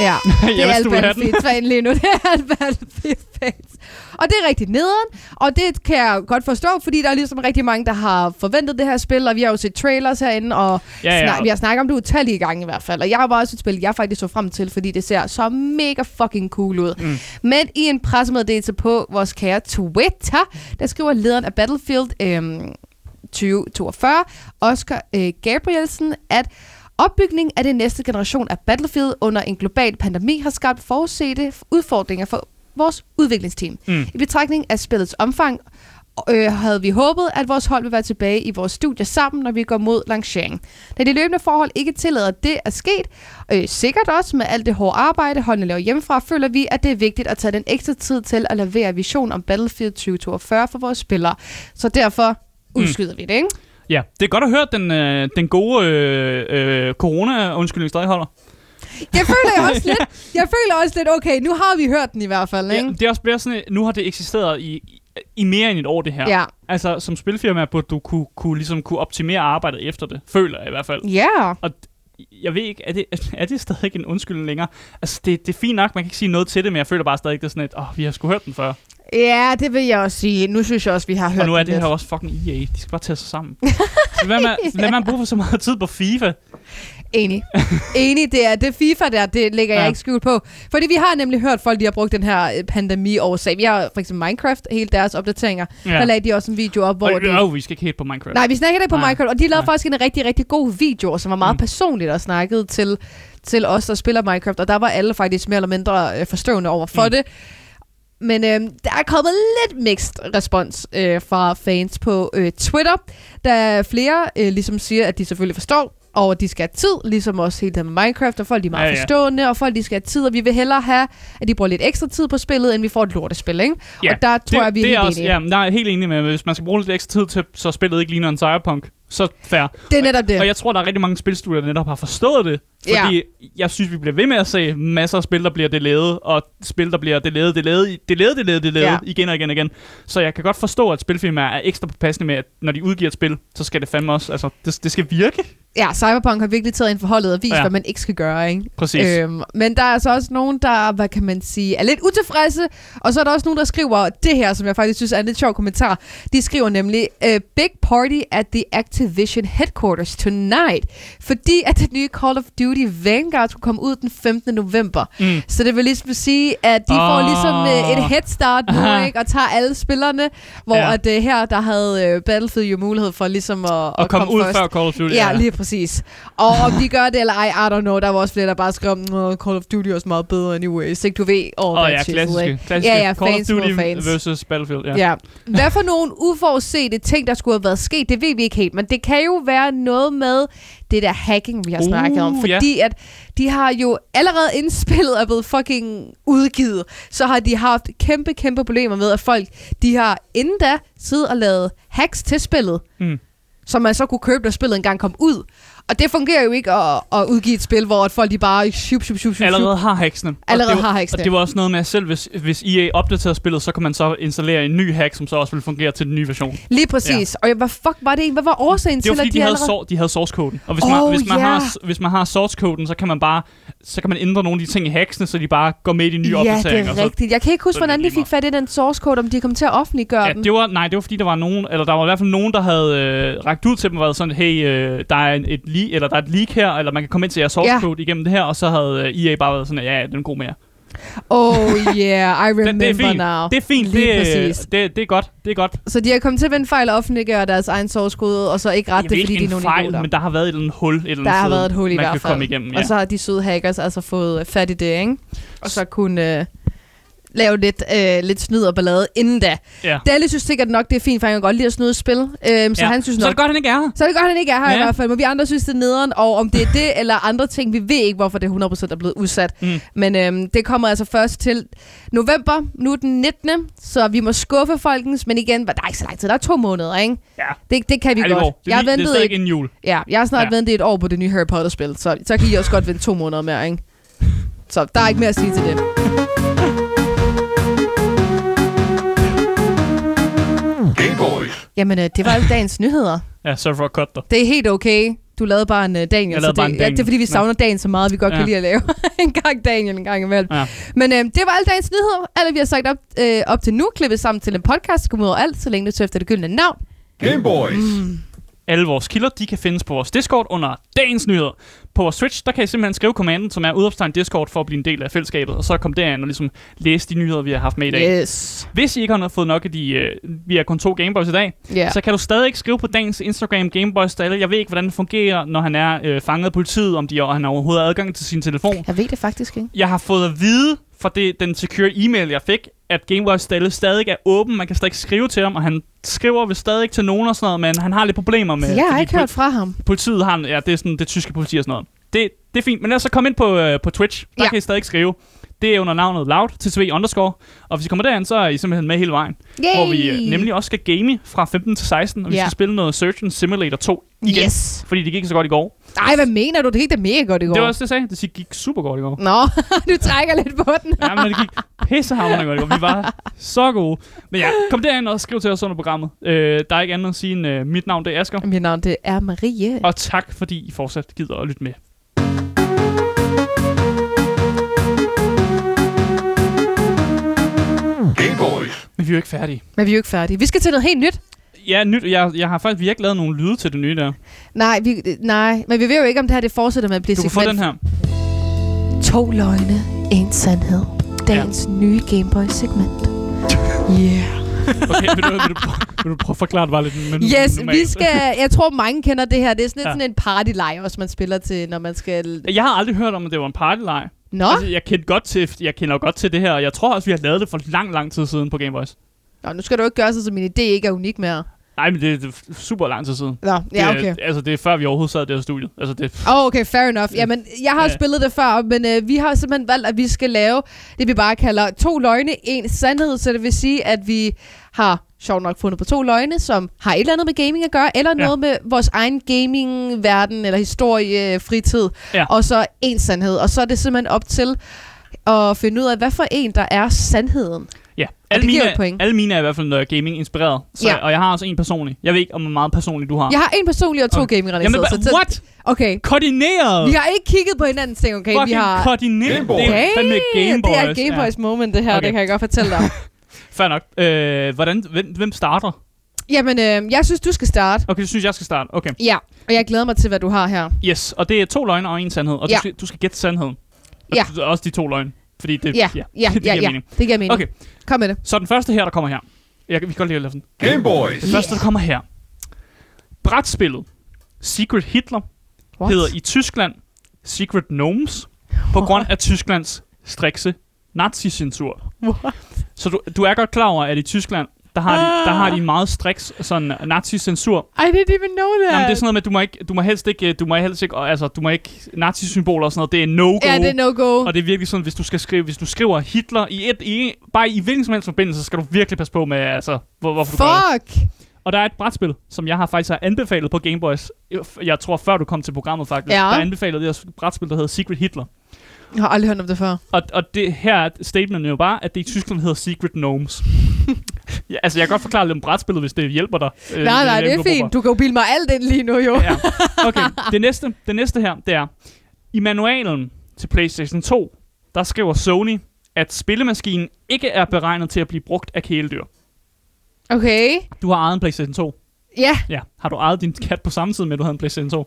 B: Ja, det er
C: hvis
B: alt
C: du vil have den.
B: Battlefield-fan lige nu. Det er alt Battlefield-fans. Og det er rigtig nederen. Og det kan jeg godt forstå, fordi der er ligesom rigtig mange, der har forventet det her spil, og vi har jo set trailers herinde, og
C: Ja, ja.
B: snak, vi har snakket om det utallige gange i hvert fald. Og jeg var også et spil, jeg faktisk så frem til, fordi det ser så mega fucking cool ud. Mm. Men i en pressemeddelelse på vores kære Twitter, der skriver lederen af Battlefield øhm, 2042, Oscar øh, Gabrielsen, at Opbygning af den næste generation af Battlefield under en global pandemi har skabt forudsete udfordringer for vores udviklingsteam. Mm. I betragtning af spillets omfang øh, havde vi håbet, at vores hold vil være tilbage i vores studie sammen, når vi går mod lancering. Da de løbende forhold ikke tillader, at det er sket, øh, sikkert også med alt det hårde arbejde, holdene laver hjemmefra, føler vi, at det er vigtigt at tage den ekstra tid til at levere vision om Battlefield 2042 for vores spillere. Så derfor udskyder mm. vi det, ikke?
C: Ja, det er godt at høre, at den, øh, den gode øh, øh, corona-undskyldning stadig holder.
B: Jeg føler jeg også lidt, jeg føler også lidt, okay, nu har vi hørt den i hvert fald,
C: Ja,
B: ikke?
C: det er også mere sådan, øh, nu har det eksisteret i, i- i mere end et år, det her.
B: Ja.
C: Altså, som spilfirma burde du kunne, kunne, ligesom kunne optimere arbejdet efter det, føler jeg i hvert fald.
B: Ja.
C: Jeg ved ikke, er det, er det stadig en undskyldning længere? Altså, det, det er fint nok, man kan ikke sige noget til det, men jeg føler bare stadig, det er sådan et, åh, oh, vi har sgu hørt den før.
B: Ja, det vil jeg også sige. Nu synes jeg også, vi har hørt
C: Og nu er
B: den
C: det
B: lidt.
C: her også fucking EA. De skal bare tage sig sammen. så hvad man, hvad man bruger for så meget tid på FIFA?
B: Enig. Enig, det er det FIFA der, det lægger ja.
C: Ja.
B: jeg ikke skjul på. Fordi vi har nemlig hørt folk, de har brugt den her øh, pandemi-årsag. Vi har for eksempel Minecraft, hele deres opdateringer. Ja. Der lagde de også en video op, hvor
C: Og,
B: de...
C: øh, vi skal ikke helt på Minecraft.
B: Nej, vi snakker ikke på
C: Nej.
B: Minecraft, og de lavede
C: Nej.
B: faktisk en rigtig, rigtig god video, som var meget mm.
C: Mm.
B: personligt og snakkede til, til os, der spiller Minecraft, og der var alle faktisk mere eller mindre øh, forstående over for mm.
C: Mm.
B: det. Men øh, der er kommet lidt mixed respons øh, fra fans på øh, Twitter, da flere øh, ligesom siger, at de selvfølgelig forstår, og at de skal have tid, ligesom også hele det med Minecraft, og folk de er meget ja,
C: Ja,
B: ja.
C: ja.
B: forstående, og folk de skal have tid, og vi vil hellere have, at de bruger lidt ekstra tid på spillet, end vi får et lortespil, ikke?
C: Ja,
B: og der tror jeg, vi er
C: det
B: helt
C: er også,
B: enige.
C: ja, nej, helt enig med, hvis man skal bruge lidt ekstra tid til, så spillet ikke ligner en cyberpunk. Så fair.
B: Det er netop det.
C: Og jeg tror, der er rigtig mange spilstudier, der netop har forstået det.
B: Ja.
C: Fordi jeg synes, vi bliver ved med at se masser af spil, der bliver delayet, og spil, der bliver delayet, delayet, delayet, delayet, delayet
B: Ja.
C: ja. igen og igen og igen. Så jeg kan godt forstå, at spilfirmaer er ekstra påpassende med, at når de udgiver et spil, så skal det fandme også, altså, det, det skal virke.
B: ja, Cyberpunk har virkelig taget ind for holdet og vist, ja.
C: Ja.
B: hvad man ikke skal gøre, ikke?
C: Præcis. Øh,
B: Øhm, men der er altså også nogen, der, hvad kan man sige, er lidt utilfredse, og så er der også nogen, der skriver det her, som jeg faktisk synes er en lidt sjov kommentar. De skriver nemlig, øh, Big party at the Activision headquarters tonight, fordi at det nye Call of Duty Vanguard skulle komme ud den 15. november.
C: mm.
B: Så det vil ligesom sige, at de oh. får
C: Ah.
B: ligesom øh, et head start nu,
C: Aha.
B: ikke, og tager alle spillerne, hvor ja.
C: Ja.
B: at øh, her, der havde øh, Battlefield jo mulighed for ligesom at, at,
C: Og komme ud
B: først.
C: før Call of Duty.
B: Ja, lige præcis. Og om de gør det eller ej, I don't know. Der var også flere, der bare skrev, "Nå, Call of Duty er også meget bedre anyways. Ikke du ved? Og
C: Og ja, klassiske. klassiske.
B: Ja, ja,
C: Call
B: fans mod
C: of Duty
B: fans.
C: versus Battlefield. Ja.
B: Ja. Hvad for nogle uforudsete ting, der skulle have været sket, det ved vi ikke helt. Men det kan jo være noget med det der hacking, vi har
C: Uh,
B: snakket om.
C: ja.
B: Fordi at de har jo allerede indspillet og er blevet fucking udgivet. Så har de haft kæmpe, kæmpe problemer med, at folk de har inden da siddet og lavet hacks til spillet.
C: Mm.
B: som man så kunne købe, når spillet engang kom ud. Og det fungerer jo ikke at, at udgive et spil, hvor at folk de bare shup, shup, shup, shup,
C: Allerede har hacksene. Og
B: Allerede
C: det var,
B: har hacksene.
C: Og det var også noget med, at selv hvis, hvis EA opdaterer spillet, så kan man så installere en ny hack, som så også vil fungere til den nye version.
B: shup. Lige præcis. Ja. Og jeg- hvad fuck var det egentlig? Hvad var årsagen
C: Det var
B: til,
C: fordi, de,
B: at de,
C: de, havde,
B: allerede...
C: sor- de havde source-koden. Og hvis,
B: Oh,
C: man, hvis, man
B: ja.
C: har, hvis man har source-koden, så kan man bare så kan man ændre nogle af de ting i hacksene, så de bare går med i de nye
B: ja, det
C: opdateringer.
B: er rigtigt. Jeg kan ikke huske,
C: så er det
B: hvordan de
C: lige
B: fik fat i den source code, om de kom til at offentliggøre
C: Så, ja,
B: den.
C: det var, nej, det var fordi, der var nogen, eller der var i hvert fald nogen, der havde øh, ragt ud til dem og været sådan, hey, øh, der, er en, et leak, eller der er et leak her, eller man kan komme ind til jeres
B: Ja.
C: source-code igennem det her, og så havde øh, EA bare været sådan, ja, ja, den er god med jer.
B: Oh yeah, I remember
C: Den, det er fint.
B: now.
C: Det er fint.
B: Lige
C: det,
B: præcis.
C: Det, det, det er godt. Det er godt.
B: Så de har kommet til at vende fejl og offentliggøre deres egen source code, og så ikke
C: Jeg
B: ret
C: ved
B: det, fordi
C: ikke
B: de er
C: en
B: nogle
C: fejl,
B: idioter.
C: men der har været et eller andet hul et eller andet
B: Der har
C: sted,
B: været et hul i
C: man
B: hvert
C: kan
B: fald.
C: komme igennem. Ja.
B: Og så har de søde hackers altså fået øh, fat i det, ikke? Og så kunne øh, lave lidt, øh, lidt snyd og ballade inden da.
C: ja.
B: Dalle synes sikkert nok, det er fint, for han kan godt lide at snyde et spil. Øhm, så
C: ja.
B: han synes
C: så er
B: nok...
C: det godt, han ikke er her.
B: Så er det godt, han ikke er her ja. i
C: Ja.
B: hvert fald, men vi andre synes, det er nederen, og om det er det eller andre ting, vi ved ikke, hvorfor det 100% er blevet udsat.
C: Mm.
B: Men øhm, det kommer altså først til november, nu er den 19., så vi må skuffe folkens, men igen, der er ikke så lang tid, der er to måneder, ikke?
C: Ja.
B: Det, det kan vi
C: Ja, det
B: godt.
C: går. Det,
B: jeg,
C: er
B: har
C: lige- det er
B: ventet
C: stadig
B: et,
C: ikke en jul.
B: ja, jeg har snart ja.
C: Ja.
B: ventet et år på det nye Harry Potter-spil, så, så kan I også godt vente to måneder mere, ikke? Så der er ikke mere at sige til det.
A: Game Boys.
B: Jamen, øh, det var jo dagens nyheder.
C: Ja, så for at cut dig.
B: Det er helt okay. Du lavede bare en uh, Daniel.
C: Jeg
B: så
C: lavede
B: det,
C: bare en
B: Ja, det
C: Daniel.
B: er fordi, vi savner Daniel så meget, at vi godt ja.
C: Ja.
B: kan lide at lave en gang Daniel en gang imellem.
C: Ja.
B: Men øh, det var alle dagens nyheder. Alle, vi har sagt op, øh, op til nu, klippet sammen til en podcast. Kom ud over alt, så længe du søger efter det gyldne navn.
A: Game Boys.
C: Alle vores kilder, de kan findes på vores Discord under dagens nyheder. På vores Twitch, der kan I simpelthen skrive kommanden, som er udopstegn Discord, for at blive en del af fællesskabet, og så kom derind og ligesom læse de nyheder, vi har haft med i dag.
B: Yes.
C: Hvis I ikke har fået nok af de, øh, vi har kun to Gameboys i dag,
B: Ja.
C: Ja. Så kan du stadig ikke skrive på dagens Instagram Gameboy Stalle. Jeg ved ikke, hvordan det fungerer, når han er øh, fanget af politiet, om de, og han overhovedet har adgang til sin telefon.
B: Jeg ved det faktisk ikke.
C: Jeg har fået at vide fra det, den secure e-mail, jeg fik, at Gameboy Stalle stadig er åben. Man kan stadig skrive til ham, og han skriver vel stadig til nogen og sådan noget, men han har lidt problemer med...
B: jeg har
C: fordi
B: ikke hørt fra ham.
C: Politiet har, en- ja, det er sådan det tyske politi og sådan noget. Det, det er fint, men ellers så kom ind på, øh, på Twitch. Der
B: Ja.
C: ja. kan I stadig skrive. Det er under navnet Loud, TTV underscore. Og hvis I kommer derhen, så er I simpelthen med hele vejen.
B: Yay!
C: Hvor vi øh, nemlig også skal game fra 15 til 16, og vi
B: Ja.
C: ja. skal spille noget Surgeon Simulator 2 igen.
B: Yes.
C: Fordi det gik ikke så godt i går.
B: Ej, hvad mener du? Det gik da mega godt i går.
C: Det var også det, jeg sagde. Det gik super godt i går.
B: Nå, du trækker lidt på den.
C: Ja, men det gik pissehammerende godt i går. Vi var så gode. Men ja, kom derind og skriv til os under programmet. Øh, der er ikke andet at sige end, øh, mit navn det er Asger.
B: Mit navn, det er Marie.
C: Og tak, fordi I fortsat gider at lytte med.
A: Game Boys.
C: Men vi er jo ikke færdige.
B: Men vi er jo ikke færdige. Vi skal til noget helt nyt.
C: Ja, nyt, jeg, jeg har faktisk virkelig lavet nogle lyde til det nye der.
B: Nej, vi, øh, nej, men vi ved jo ikke, om det her det fortsætter med at blive
C: Du kan få
B: segment-
C: den her.
B: To løgne, en sandhed. Dagens ja. nye Gameboy-segment. Yeah.
C: Okay, vil du, vil, du prøve, vil du prøve at forklare det bare lidt men
B: Yes,
C: normalt?
B: vi skal... Jeg tror, mange kender det her. Det er sådan lidt
C: Ja.
B: ja. sådan en partyleje, også man spiller til, når man skal...
C: Jeg har aldrig hørt om, at det var en partyleg.
B: Nå,
C: Altså, jeg, kendte godt til, jeg kender jo godt til det her, og jeg tror også, vi har lavet det for lang, lang tid siden på Game Boys.
B: Nå nu skal du ikke gøre sig, så min idé ikke er unik mere.
C: Nej, men det, det er super lang tid siden.
B: Nå, ja, okay.
C: Det, er- altså, det er før vi overhovedet sad i det her studie. Altså, det,
B: Åh, oh, okay, fair enough. Jamen, jeg har
C: Ja.
B: ja. spillet det før, men øh, vi har simpelthen valgt, at vi skal lave det, vi bare kalder to løgne, en sandhed. Så det vil sige, at vi har sjovt nok fundet på to løgne, som har et eller andet med gaming at gøre, eller
C: Ja.
B: ja. noget med vores egen gaming-verden, eller historie, øh, fritid,
C: Ja.
B: og så en sandhed. Og så er det simpelthen op til at finde ud af, hvad for en, der er sandheden.
C: ja. Alle
B: det giver
C: mine,
B: jo et point.
C: alle mine er i hvert fald noget gaming-inspireret. Så,
B: Ja.
C: Og jeg har også en personlig. Jeg ved ikke, om hvor meget personlig du har.
B: Jeg har en personlig og to
C: Ah. Okay.
B: okay.
C: Jamen,
B: gaming-relaterede.
C: så, what?
B: Okay,
C: Koordineret!
B: vi har ikke kigget på hinandens ting, okay?
C: Fucking
B: vi har...
C: koordineret.
A: Game Boys.
C: Det er
B: Okay,
C: fandme Game Boys.
B: Det er et Game Boys ja. moment, det her,
C: Okay.
B: okay. det kan jeg godt fortælle dig.
C: Fair nok. Øh, hvordan, hvem, hvem starter?
B: Jamen, øh, jeg synes, du skal starte.
C: Okay, du synes, jeg skal starte. Okay.
B: Ja, og jeg glæder mig til, hvad du har her.
C: Yes, og det er to løgne og en sandhed. Og ja.
B: Ja.
C: du, skal, du skal gætte sandheden. Og
B: Ja.
C: du- Også de to løgne. Fordi det,
B: Ja, ja,
C: det
B: ja,
C: giver
B: ja.
C: mening.
B: Det giver mening.
C: Okay.
B: Kom med det.
C: Så den første her, der kommer her. Jeg, kan- vi kan godt lide at lave sådan.
A: Game Boys.
C: Det første, der kommer her. Brætspillet Secret Hitler What? hedder i Tyskland Secret Gnomes på grund af Tysklands strikse nazicensur.
B: What? Ah.
C: Så du, du er godt klar over, at i Tyskland, der har, de, der har de meget striks sådan nazicensur.
B: I didn't even know that.
C: Jamen, det er sådan noget med, at du må, ikke, du må helst ikke, øh, du må helst ikke, og altså, du må ikke nazisymboler og sådan noget. Det er no-go.
B: Ja, det er no-go.
C: Og det er virkelig sådan, hvis du skal skrive, hvis du skriver Hitler i et, i, bare i hvilken som helst forbindelse, så skal du virkelig passe på med, altså, hvor, hvorfor du gør det.
B: Fuck!
C: Og der er et brætspil, som jeg har faktisk har anbefalet på Gameboys. Jeg tror, før du kom til programmet faktisk,
B: Ja.
C: der anbefalede jeg et brætspil, der hedder Secret Hitler.
B: Jeg har aldrig hørt om det før.
C: Og, og det her er statementet jo bare, at det i Tyskland hedder Secret Gnomes. ja, altså, jeg kan godt forklare lidt om brætspillet, hvis det hjælper dig. øh,
B: nej, nej, det
C: Nicolai
B: er
C: Bubber.
B: fint. Du kan jo bilde mig alt ind lige nu, jo.
C: Ja. Okay, det næste, det næste her, det er, i manualen til PlayStation 2, der skriver Sony, at spillemaskinen ikke er beregnet til at blive brugt af kæledyr.
B: Okay.
C: Du har ejet en PlayStation 2.
B: Ja.
C: Ja. Har du ejet din kat på samme tid med, at du havde en PlayStation 2?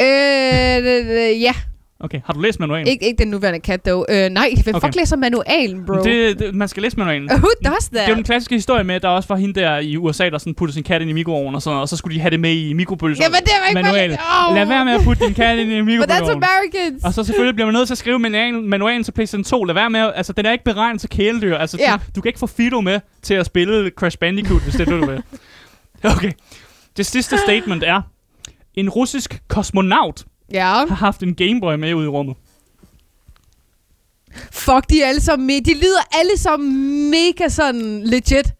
B: Øh, øh, øh, ja.
C: Okay, har du læst manualen?
B: Ik- ikke den nuværende kat, dog. Øh, nej, hvem
C: Okay.
B: fuck læser manualen, bro?
C: Det, det, man skal læse manualen.
B: Who does
C: Det
B: that?
C: er jo den klassiske historie med, at der også var hende der i USA, der sådan puttede sin kat ind i mikroovnen og sådan noget, og så skulle de have det med i mikrobølger.
B: Jamen, det var ikke
C: manualen.
B: Oh.
C: Lad være med at putte din kat ind i
B: But that's
C: mikroovnen.
B: Americans.
C: Og så selvfølgelig bliver man nødt til at skrive manualen, manualen til PlayStation 2. Lad være med, at- altså den er ikke beregnet til kæledyr. Altså,
B: Ja.
C: du, du, kan ikke få Fido med til at spille Crash Bandicoot, hvis det er det, du vil. Okay. Det sidste statement er, en russisk kosmonaut
B: Ja.
C: har haft en Gameboy med ud i rummet.
B: Fuck, de er alle sammen med. De lyder alle sammen mega sådan legit.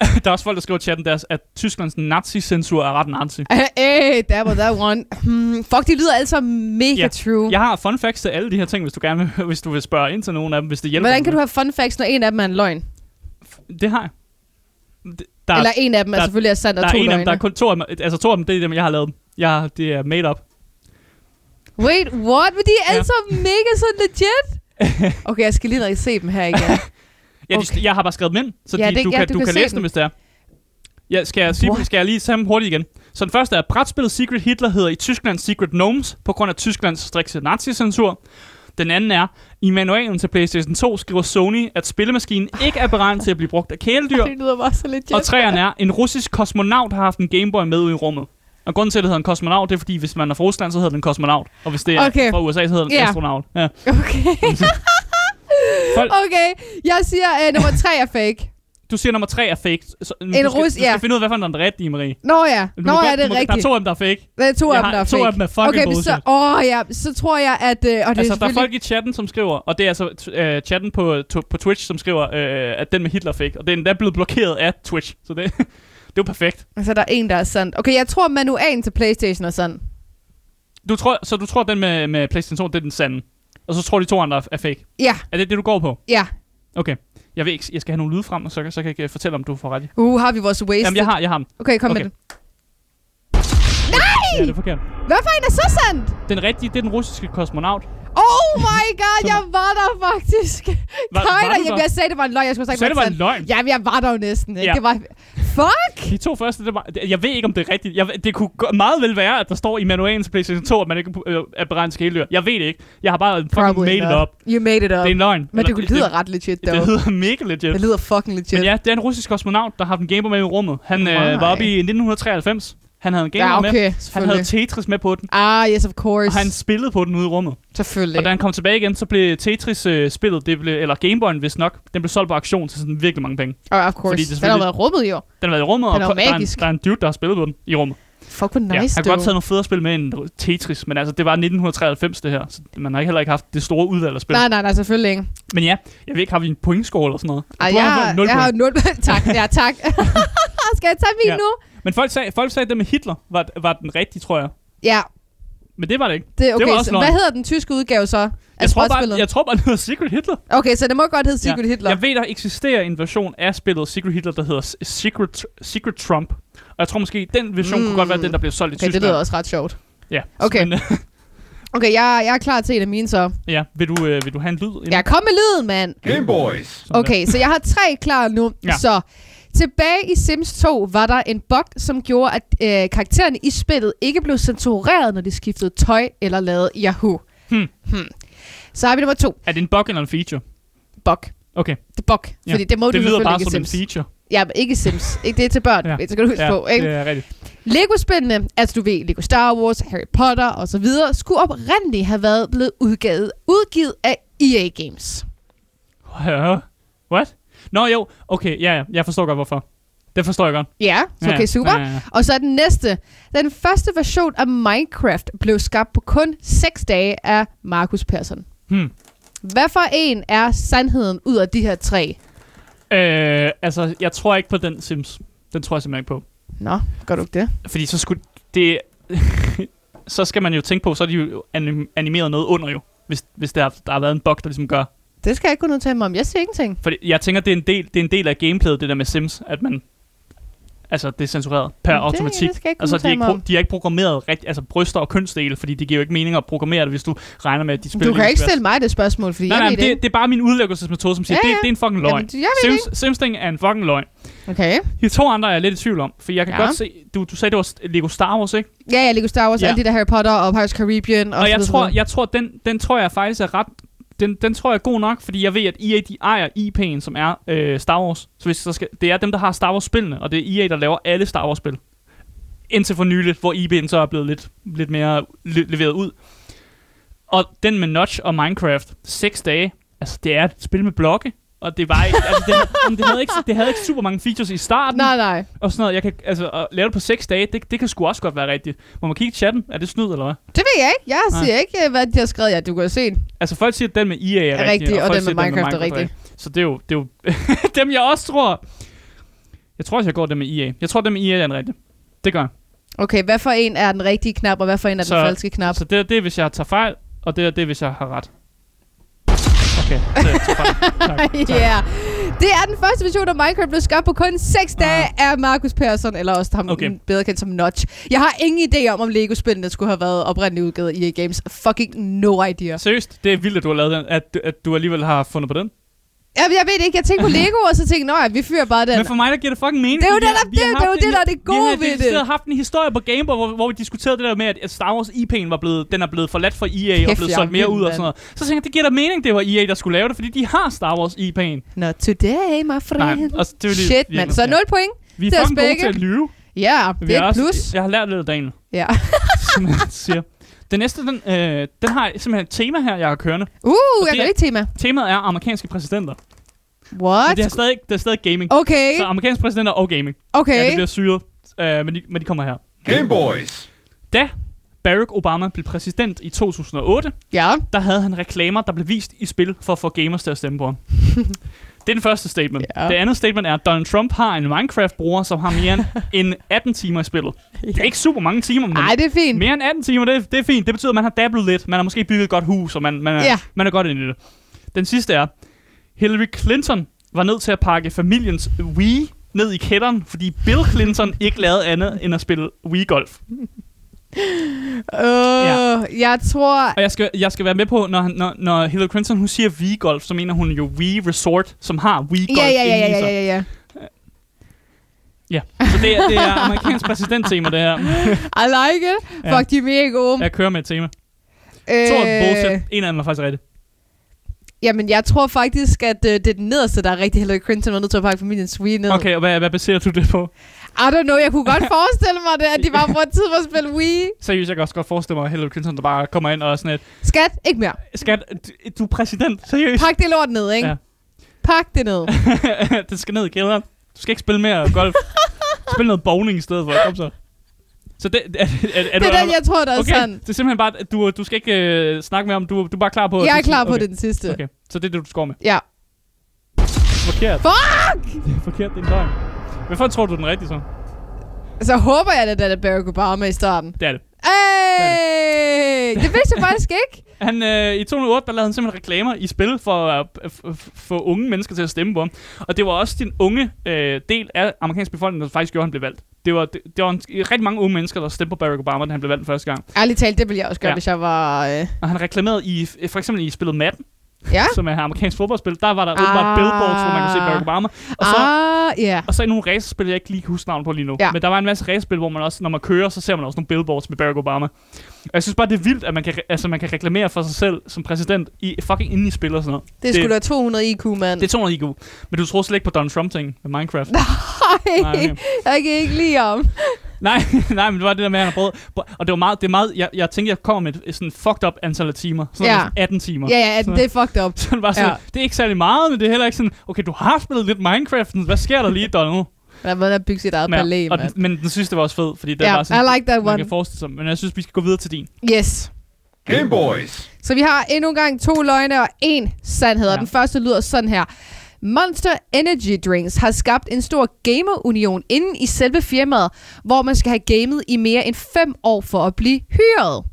C: Der er også folk, der skriver i chatten deres, at Tysklands nazi-censur er ret nazi.
B: Hey, that was that one. Hmm, fuck, de lyder alle sammen mega
C: Ja.
B: true.
C: Jeg har fun facts til alle de her ting, hvis du gerne vil, hvis du vil spørge ind til nogen af dem, hvis det hjælper.
B: Hvordan kan du have fun facts, når en af dem er en løgn?
C: Det har jeg. Det- Der,
B: Eller en af dem er
C: der-
B: selvfølgelig er sand og
C: der er
B: to
C: en af dem,
B: løgne.
C: der er kun to af dem, altså to af dem, det er dem, jeg har lavet. Jeg, det er made up.
B: Wait, what? Men de er alle
C: Ja.
B: sammen mega sådan legit. Okay, jeg skal lige ned og se dem her igen.
C: Ja, okay. de,
B: Okay.
C: jeg har bare skrevet dem ind, så ja,
B: Ja,
C: de, det, du, ja, kan, du, kan,
B: se
C: læse dem,
B: dem.
C: hvis det er. Ja, skal jeg, sige,
B: What?
C: skal jeg lige tage dem hurtigt igen? Så den første er, brætspillet Secret Hitler hedder i Tyskland Secret Gnomes, på grund af Tysklands strikse nazi-censur. Den anden er, i manualen til PlayStation 2 skriver Sony, at spillemaskinen ikke er beregnet til at blive brugt af kæledyr.
B: Det lyder bare så legit.
C: Og træerne er, en russisk kosmonaut har haft en Gameboy med ud i rummet. Og grunden til, at det hedder en kosmonaut, det er fordi, hvis man er fra Rusland, så hedder den kosmonaut. Og hvis det er
B: Okay.
C: fra USA, så hedder den
B: Ja.
C: astronaut. Ja.
B: Okay.
C: Folk,
B: Okay, jeg siger, at nummer tre er fake.
C: du siger, nummer tre er fake. Så, en du skal,
B: rus-
C: du skal
B: ja.
C: finde ud af, hvad for en der er den rigtige, Marie.
B: Nå ja,
C: Du
B: nå
C: må
B: ja,
C: godt-
B: det
C: du
B: er
C: må- Der er
B: rigtigt.
C: to af dem, der er fake.
B: Der er to
C: Jeg
B: af dem,
C: har
B: der er
C: to
B: fake.
C: af dem er fucking
B: okay, men så,
C: bullshit.
B: åh ja, så tror jeg, at... Øh, og det
C: altså,
B: er
C: der er
B: selvfølgelig...
C: folk i chatten, som skriver, og det er altså t- øh, chatten på, to- på Twitch, som skriver, øh, at den med Hitler fik, og den er blevet blokeret af Twitch, så det, det er jo perfekt.
B: Altså, der er en, der er sandt. Okay, jeg tror, manualen til Playstation er sand.
C: Du tror, så du tror, at den med, med PlayStation 2, det er den sande, og så tror de to andre er- er fake.
B: Ja,
C: Er det det, du går på?
B: ja.
C: Okay. Jeg, ved ikke, jeg skal have nogle lyde frem, og så, kan- så kan jeg øh, fortælle, om du får ret. i.
B: Uh, har vi vores waste?
C: Jamen, jeg har, jeg har den.
B: Okay, kom okay.
C: Okay.
B: med den. Nej!
C: Ja, det er forkert.
B: Hvad for en er så sandt?
C: Den rigtige, det er den russiske kosmonaut.
B: Oh my god, jeg var der faktisk.
C: Var-
B: Var,
C: var du
B: var
C: der?
B: jeg, jeg sagde, det var en løgn. Jeg skulle
C: Så
B: have sagt,
C: det var en løgn.
B: Jamen, jeg var der jo næsten, ikke?
C: Ja.
B: Ja. Det var... Fuck!
C: De to første, det var, det- jeg ved ikke, om det er rigtigt. Jeg, ved- det kunne go- meget vel være, at der står i manualen til PlayStation 2, at man ikke øh, er beregnet skældyr. Jeg ved det ikke. Jeg har bare fucking made it
B: not.
C: up.
B: You made it up.
C: Det er en løgn.
B: Men det, det lyder ret legit,
C: det,
B: dog.
C: det lyder mega legit.
B: Det lyder fucking legit.
C: Men ja, det er en russisk kosmonaut, der har haft en gamer med i rummet. Han øh,
B: Nej.
C: var oppe i 1993. Han havde en gamer
B: Ja, okay,
C: med. Han
B: selvfølgelig.
C: havde Tetris med på den.
B: Ah, yes, of course.
C: Og han spillede på den ude i rummet.
B: Selvfølgelig.
C: Og da han kom tilbage igen, så blev Tetris-spillet, øh, spillet, det blev, eller Gameboy'en hvis nok, den blev solgt på auktion til sådan virkelig mange penge.
B: Og of course.
C: Fordi det
B: Det den har
C: selvfølgelig-
B: været rummet jo.
C: Den har været i rummet,
B: Den er
C: og ko-
B: jo
C: der, er en,
B: magisk.
C: der er en dude, der har spillet på den i rummet.
B: Fuck, hvor nice,
C: jeg har godt
B: dog.
C: taget nogle federe spil med end Tetris, men altså, det var 1993 det her, så man har ikke heller ikke haft det store udvalg af spil.
B: Nej, nej, nej, selvfølgelig ikke.
C: Men ja, jeg ved ikke, har vi en pointscore eller sådan noget?
B: Ej,
C: Du
B: jeg,
C: har fået
B: har,
C: nul
B: jeg har
C: point.
B: 0 Tak, ja, tak. Skal jeg tage min
C: Ja.
B: nu?
C: Men folk sagde, folk sagde, at det med Hitler var, var den rigtige, tror jeg.
B: Ja,
C: Men det var det ikke.
B: det er
C: Det
B: okay.
C: var også
B: så,
C: løgn.
B: hvad hedder den tyske udgave så? af
C: Jeg tror, bare,
B: spotspillet?
C: jeg tror bare, det hedder Secret Hitler.
B: Okay, så det må godt hedde Secret
C: ja.
B: Hitler.
C: Jeg ved, der eksisterer en version af spillet Secret Hitler, der hedder Secret, Secret Trump. Og jeg tror måske, den version mm. kunne
B: Mm.
C: godt være den, der blev solgt i
B: Okay, det
C: Tyskland.
B: lyder også ret sjovt.
C: Ja.
B: Okay.
C: Men, øh,
B: Okay, jeg, jeg er klar til en af mine så.
C: ja, vil du, øh, vil du have en lyd? inden?
B: Ja, kom med lyden, mand.
A: Game Boys.
C: Sådan
B: Okay, så jeg har tre klar nu.
C: Ja.
B: Ja. Så tilbage i Sims 2 var der en bug, som gjorde, at øh, karaktererne i spillet ikke blev censureret, når de skiftede tøj eller lavede Yahoo.
C: Hmm.
B: Hmm. Så har vi nummer to.
C: Der. Er det en bug eller en feature?
B: Bug.
C: Okay,
B: Det er bug.
C: Ja.
B: Ja. Fordi det må
C: det
B: du
C: lyder
B: selvfølgelig
C: bare
B: ikke i
C: som en
B: Sims.
C: feature.
B: Ja, men ikke i Sims. Ikke det er til børn.
C: Ja.
B: Ja. Det skal du huske
C: Ja,
B: ja. på. Ikke?
C: det er rigtigt.
B: Lego-spillene, altså du ved, Lego Star Wars, Harry Potter og så videre, skulle oprindeligt have været blevet udgivet, udgivet af EA Games.
C: Ja. What? Nå jo, okay, ja, ja, jeg forstår godt hvorfor. Det forstår jeg godt.
B: Ja, så
C: Ja,
B: okay, super.
C: Ja, ja, ja.
B: Og så den næste. Den første version af Minecraft blev skabt på kun 6 dage af Markus Persson.
C: Hmm.
B: Hvad for en er sandheden ud af de her tre?
C: Øh, altså, jeg tror ikke på den Sims. Den tror jeg simpelthen ikke på.
B: Nå, gør du ikke det?
C: Fordi så skulle det... så skal man jo tænke på, så er de jo anim- animeret noget under jo. Hvis, hvis der, der har været en bug, der ligesom gør.
B: Det skal jeg ikke kunne udtale mig om. Jeg siger ingenting.
C: Fordi jeg tænker, det er en del, det er en del af gameplayet, det der med Sims, at man... Altså, det er censureret per
B: Jamen, det-
C: automatik.
B: det skal jeg ikke
C: altså, de er
B: udtale
C: ikke,
B: mig
C: pro-
B: om.
C: de er ikke programmeret rigt- altså, bryster og kønsdele, fordi det giver jo ikke mening at programmere det, hvis du regner med, at de spiller...
B: Du kan
C: lige
B: ikke
C: skal være-
B: stille mig det spørgsmål, fordi
C: Nej,
B: jeg
C: nej,
B: ved
C: men
B: det, ikke.
C: det, det er bare min udlæggelsesmetode, som siger, ja, ja.
B: Ja, ja.
C: Det, det er en fucking løgn.
B: Jamen, jeg ved det
C: Sims, Simsting er en fucking løgn.
B: Okay.
C: De to andre er jeg lidt i tvivl om, for jeg kan ja.
B: Ja.
C: godt se, du, du sagde, det var st- Lego Star Wars, ikke?
B: Ja, ja, Lego Star Wars,
C: Ja.
B: ja. alle de der Harry Potter og Pirates Caribbean. Og,
C: Og
B: så
C: jeg
B: videre,
C: tror,
B: så videre.
C: jeg tror den, den tror jeg faktisk er ret... Den, den tror jeg er god nok, fordi jeg ved, at EA de ejer IP'en, som er øh, Star Wars. Så hvis der skal, det er dem, der har Star Wars-spillene, og det er EA, der laver alle Star Wars-spil. Indtil for nyligt, hvor IP'en så er blevet lidt, lidt mere le- leveret ud. Og den med Notch og Minecraft, 6 dage, altså det er et spil med blokke. Og det var ikke, altså det, jamen, det, havde ikke, det havde ikke super mange features i starten.
B: Nej, nej.
C: og sådan noget. Jeg kan, altså, at lave det på 6 dage, det, det kan sgu også godt være rigtigt. Må man kigge i chatten? Er det snyd, eller hvad?
B: Det ved jeg ikke. Jeg
C: Nej.
B: siger ikke, øh, hvad de har skrevet. Ja, du kan jo se.
C: Altså, folk siger, at den med EA er,
B: Er rigtig, og
C: folk
B: den
C: siger,
B: med
C: at
B: Minecraft er rigtig.
C: Så det er jo, det er jo dem, jeg også tror. Jeg tror også, jeg går den med EA. Jeg tror, den med EA er den rigtige. Det gør jeg.
B: Okay, hvad for en er den rigtige knap, og hvad for en er
C: Så-
B: den falske knap?
C: Så det, er- det er, hvis jeg tager fejl, og det er, det er, hvis jeg har ret. Okay, så jeg tager fejl. Tak, tak. Mm.
B: Ja. Yeah. Det er den første version af Minecraft, blev skabt på kun 6 dage af Markus Persson, eller også ham
C: Okay.
B: okay. bedre kendt som Notch. Jeg har ingen idé om, om Lego-spillene skulle have været oprindeligt udgivet i EA Games. Fucking no idea.
C: Seriøst, det er vildt, at du har lavet den, at, du- at du alligevel har fundet på den.
B: Jeg, jeg ved det ikke, jeg tænkte på Lego, og så tænkte jeg, "Nå ja, vi fyrer bare den.
C: Men for mig, der giver det fucking mening.
B: Det er jo
C: fordi
B: netop
C: vi har- vi
B: det,
C: har
B: det er jo
C: haft en-
B: det, der er det
C: vi har
B: gode ved
C: decideret
B: det.
C: haft en historie på Gameboy, hvor, hvor vi diskuterede det der med, at Star Wars IP'en var blevet, den er blevet for let for EA og
B: Kæft,
C: blevet
B: jeg
C: solgt mere
B: er vild,
C: ud og
B: mand.
C: sådan noget. Så tænkte jeg, det giver da mening, det var EA, der skulle lave det, fordi de har Star Wars IP'en.
B: Not today, my
C: Nej,
B: friend.
C: altså, det er jo lige-
B: Shit,
C: virkelig,
B: mand. Så
C: ja.
B: 0 point.
C: Vi er
B: Det er
C: fucking gode
B: spække.
C: til at lyve.
B: Ja,
C: Vi
B: det er et
C: også,
B: plus.
C: Jeg har lært lidt af Daniel.
B: Ja.
C: simpelthen siger. Den næste, den, øh, den har simpelthen et tema her, jeg har kørende.
B: Uh, jeg
C: det
B: kan
C: er-
B: ikke tema.
C: Temaet er amerikanske præsidenter. Men
B: What?
C: det er stadig, det er stadig gaming.
B: Okay,
C: Så amerikanske præsidenter og gaming. Ja, det
B: okay.
C: bliver syret. Øh, men, de, men de kommer her.
D: Game Boys.
C: Da Barack Obama blev præsident i 2008,
B: Ja,
C: der havde han reklamer, der blev vist i spil for at få gamers til at stemme på ham. det er den første statement.
B: Ja.
C: Det andet statement er, at Donald Trump har en Minecraft-bruger, som har mere end 18 timer i spillet. Det er ikke super mange timer, men
B: ej, det er fint.
C: mere end 18 timer, det, er- det er fint. Det betyder, at man har dablet lidt. Man har måske bygget et godt hus, og man, man, er,
B: Ja.
C: man er godt inde i det. Den sidste er, Hillary Clinton var nødt til at pakke familiens Wii ned i kælderen, fordi Bill Clinton ikke lavede andet end at spille Wii-golf.
B: Uh, jeg tror...
C: Og jeg skal, jeg skal være med på, når, han- når, når Hillary Clinton hun siger Wii Golf, så mener hun jo Wii Resort, som har Wii Golf
B: Ja, ja, ja,
C: inde i
B: ja,
C: sig.
B: ja, ja, ja.
C: Så det er, det er amerikansk præsidenttema, det her.
B: I like it.
C: Ja.
B: Fuck, de er mega gode.
C: Jeg kører med et tema. To er
B: Øh,
C: bullshit. En af dem er faktisk rigtig.
B: jamen, jeg tror faktisk, at øh, det er den nederste, der er rigtig Hillary Clinton, var nødt til at pakke familien Sweet ned.
C: Okay, og hvad, hvad baserer du det på?
B: I don't know, jeg kunne godt forestille mig det, at de bare brugte tid på at spille Wii.
C: Seriøst, jeg kan også godt forestille mig, at Hillary Clinton der bare kommer ind og er sådan et,
B: Skat, ikke mere.
C: skat, du- du er præsident, seriøst.
B: Pak det lort ned, ikke?
C: Ja.
B: Ja. Pak det ned.
C: det skal ned i kælderen. Du skal ikke spille mere golf. Spil noget bowling i stedet for. Kom så. Så det, er, er, er
B: det
C: du,
B: er den, jeg tror, der er
C: okay,
B: sandt.
C: det er simpelthen bare, at du, du skal ikke øh, snakke mere om, du, du er bare klar på... at
B: Jeg er
C: du-
B: klar på
C: okay.
B: den sidste.
C: Okay, så det er det, du skår med.
B: Ja.
C: Forkert.
B: Fuck!
C: Det er forkert, det er en løgn. Hvorfor tror du den rigtige så?
B: Så håber jeg, at det er Barack Obama i starten.
C: Det er det.
B: Hey! Det vidste jeg faktisk ikke.
C: Han, øh, I 2008, der lavede han simpelthen reklamer i spil for at øh, få unge mennesker til at stemme på ham. Og det var også den unge øh, del af amerikansk befolkning, der faktisk gjorde, at han blev valgt. Det var, det, det var en, rigtig mange unge mennesker, der stemte på Barack Obama, da han blev valgt den første gang.
B: Ærligt talt, det ville jeg også gøre,
C: Ja.
B: ja. hvis jeg var... Øh...
C: Og han reklamerede i, for eksempel i spillet Madden,
B: Ja.
C: som er et amerikansk fodboldspil. Der var der åbenbart
B: Ah.
C: billboards, hvor man kunne se Barack Obama. Og så,
B: ah, ja.
C: Og så i nogle racerspil, jeg ikke lige kan huske navnet på lige nu. Ja.
B: Ja.
C: Men der var en masse racerspil, hvor man også, når man kører, så ser man også nogle billboards med Barack Obama. Og jeg synes bare, det er vildt, at man kan, re- altså, man kan reklamere for sig selv som præsident i fucking inden i spil og sådan noget.
B: Det skulle da 200 IQ, mand.
C: Det er 200 IQ. Men du tror slet ikke på Donald Trump-ting med Minecraft. Nej,
B: Nej,
C: okay.
B: jeg kan ikke lide om.
C: nej, nej, men det var det der med, at han har prøvet. Og det var meget, det er meget jeg, jeg tænkte, jeg kommer med et, et sådan fucked up antal af timer. Sådan
B: Ja.
C: ja. 18 timer.
B: Ja, ja,
C: Så-
B: det er fucked up.
C: Sådan bare sådan,
B: Ja.
C: det er ikke særlig meget, men det er heller ikke sådan, okay, du har spillet lidt Minecraft, hvad sker der lige, Donald?
B: Man er ved at bygge sit eget palæ,
C: og
B: mand.
C: den, men den sidste var også fed, fordi det
B: Ja,
C: var sådan,
B: I like that
C: man
B: one.
C: kan forestille sig. Men jeg synes, vi skal gå videre til din.
B: Yes.
D: Game Boys.
B: Så vi har endnu en gang to løgne og en sandhed, og
C: Ja.
B: den første lyder sådan her. Monster Energy Drinks har skabt en stor gamerunion inden i selve firmaet, hvor man skal have gamet i mere end fem år for at blive hyret.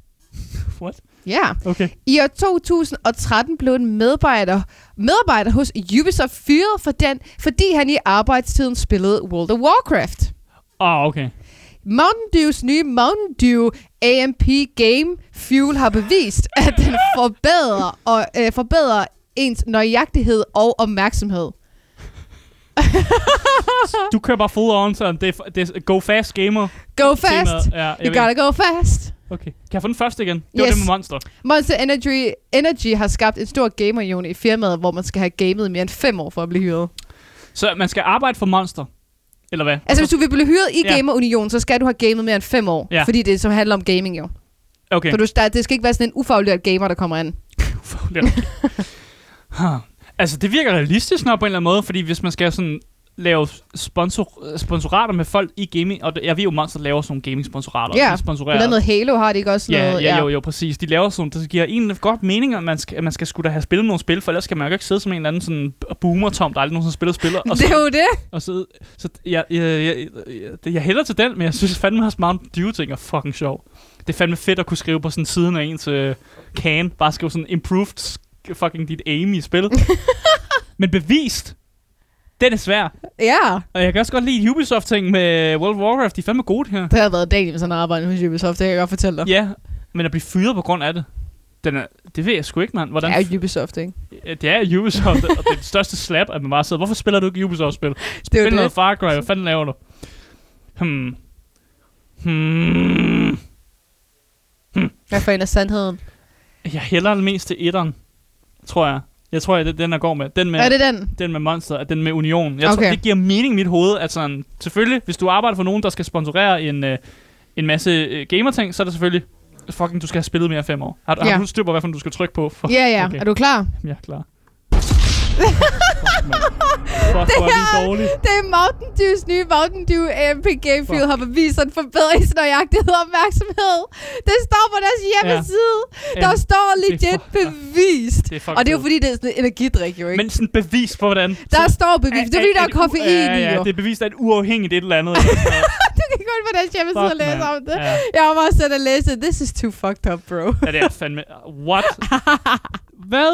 C: What?
B: Ja. Yeah.
C: Okay.
B: I år 2013 blev en medarbejder, medarbejder hos Ubisoft fyret for den, fordi han i arbejdstiden spillede World of Warcraft.
C: Ah, okay.
B: Mountain Dews nye Mountain Dew AMP Game Fuel har bevist, at den forbedrer, og, øh, forbedrer ens nøjagtighed og opmærksomhed.
C: Du kører bare full on, sådan. Det er, f- det er go fast gamer.
B: Go fast!
C: Temaet. Ja, jeg
B: You
C: ved-
B: gotta go fast!
C: Okay. Kan jeg få den første igen? Det var
B: Yes.
C: det med Monster.
B: Monster Energy, Energy har skabt en stor gamerunion i firmaet, hvor man skal have gamet i mere end fem år for at blive hyret.
C: Så man skal arbejde for Monster. Eller hvad?
B: Altså, hvis du vil blive hyret i
C: Ja.
B: Gamerunionen, så skal du have gamet mere end fem år.
C: Ja.
B: Fordi det så handler om gaming jo. Okay.
C: Okay.
B: Så du, der, det skal ikke være sådan en ufaglært gamer, der kommer ind.
C: Ufaglært. Huh. altså, det virker realistisk nok på en eller anden måde, fordi hvis man skal sådan lave sponsor, sponsorater med folk i gaming, og det- jeg ved jo, Monster laver sådan nogle gaming-sponsorater.
B: Ja,
C: de
B: Blandt
C: sponsorerer
B: andet Halo har det ikke også
C: Ja,
B: noget?
C: ja, jo, jo, præcis. De laver sådan, det giver egentlig godt mening, at man skal, at man skal skulle da have spillet nogle spil, for ellers kan man jo ikke sidde som en eller anden sådan boomer-tom, der aldrig nogensinde spiller spiller. Og
B: Det er
C: så,
B: jo det.
C: og så, så jeg, jeg, jeg, jeg, jeg, jeg hælder til den, men jeg synes fandme også Mountain Dew ting er fucking sjov. Det er fandme fedt at kunne skrive på sådan siden af ens øh, can, bare skrive sådan improved sk- fucking dit aim i spil. men bevist, den er svær.
B: Ja.
C: Og jeg kan også godt lide Ubisoft-ting med World of Warcraft, de er fandme gode her.
B: Det har været Daniel, sådan arbejde hos Ubisoft, det kan jeg godt fortælle dig.
C: Ja, men at blive fyret på grund af det, den er, det ved jeg sgu ikke, mand. Hvordan,
B: Det er jo Ubisoft, ikke?
C: Ja, det er Ubisoft, og det er det største slap, at man bare sidder. Hvorfor spiller du ikke Ubisoft-spil?
B: Det er
C: Spil
B: jo
C: noget
B: det.
C: Far Cry, hvad fanden laver du? Hmm. Hmm.
B: Hvad for en af sandheden?
C: Jeg hælder den mest til etteren, tror jeg. Jeg tror, det er den, der går med. Den med,
B: Er det den?
C: den med Monster, at den med Union. Jeg tror,
B: Okay.
C: det giver mening i mit hoved, at sådan, selvfølgelig, hvis du arbejder for nogen, der skal sponsorere en, øh, en masse øh, gamerting, så er der selvfølgelig, fucking, du skal have spillet mere af fem år. Har, du-
B: Ja.
C: har du styr på, hvad for en du skal trykke på? For,
B: Ja, ja.
C: Okay.
B: Er du klar?
C: Jeg er klar. Fuck, mand. Fuck, hvor er vi dårlige.
B: Det er Mountain Dews nye Mountain Dew MPG Fuel har bevist en forbedringsnøjagtighed og opmærksomhed. Det står på deres hjemmeside. Ja. Der står legit
C: for-
B: bevist.
C: Det er fuck
B: Og det er jo
C: fedt.
B: fordi, det er sådan en energidrik, jo ikke?
C: Men sådan bevis på, hvordan...
B: der
C: Så-
B: står bevist. Det er fordi, der er
C: u-
B: koffein
C: ja,
B: i,
C: ja,
B: jo.
C: det er bevist, at uafhængigt et eller andet. Fuck,
B: Du kan gå ind på deres hjemmeside og læse
C: mand.
B: om det.
C: Ja.
B: Jeg var bare sådan at læse, this is too fucked up, bro.
C: ja, det er fandme... What? Hvad?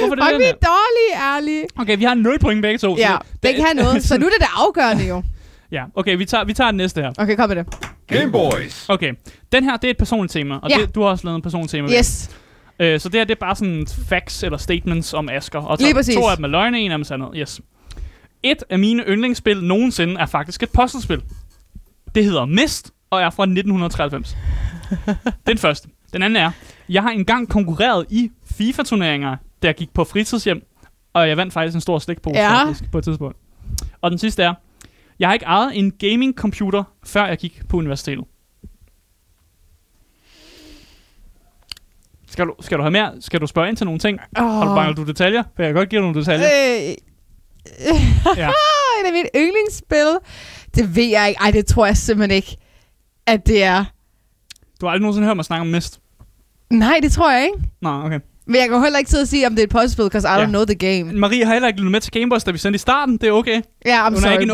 C: Hvorfor er
B: Og
C: det
B: vi
C: den
B: er dårlige, ærlige.
C: her? Okay, vi har 0 point begge to. så-
B: Ja, det kan have noget. Så nu er det det afgørende, jo.
C: Ja, okay, vi tager, vi tager den næste her.
B: Okay, kom med det.
D: Game Boys.
C: Okay, den her, det er et personligt tema, og
B: Ja.
C: det, du har også lavet en personligt tema.
B: Yes.
C: Øh, så det her, det er bare sådan facts eller statements om Asker. Og
B: Lige
C: to,
B: præcis.
C: to af dem er løgne, en af dem er sandet. Yes. Et af mine yndlingsspil nogensinde er faktisk et puzzlespil. Det hedder Mist, og er fra 1993. Den første. Den anden er, jeg har engang konkurreret i FIFA-turneringer, da jeg gik på fritidshjem, og jeg vandt faktisk en stor slikpose
B: Ja.
C: ja. på et tidspunkt. Og den sidste er, jeg har ikke ejet en gaming-computer, før jeg gik på universitetet. Skal du, skal du have mere? Skal du spørge ind til nogle ting?
B: Oh.
C: Har du mangler du detaljer? For jeg kan godt give dig nogle detaljer.
B: Øh,
C: Ja.
B: et af mit yndlingsspil. Det ved jeg ikke. Ej, det tror jeg simpelthen ikke, at det er.
C: Du har aldrig nogensinde hørt mig snakke om mist.
B: Nej, det tror jeg ikke.
C: Nej, okay.
B: Men jeg kan heller ikke sidde og sige, om det er et puzzle, because I
C: Ja.
B: don't know the game.
C: Marie har heller ikke lyttet med til Gameboys, da vi sendte i starten. Det er okay.
B: Ja, I'm
C: Hun
B: sorry,
C: er ikke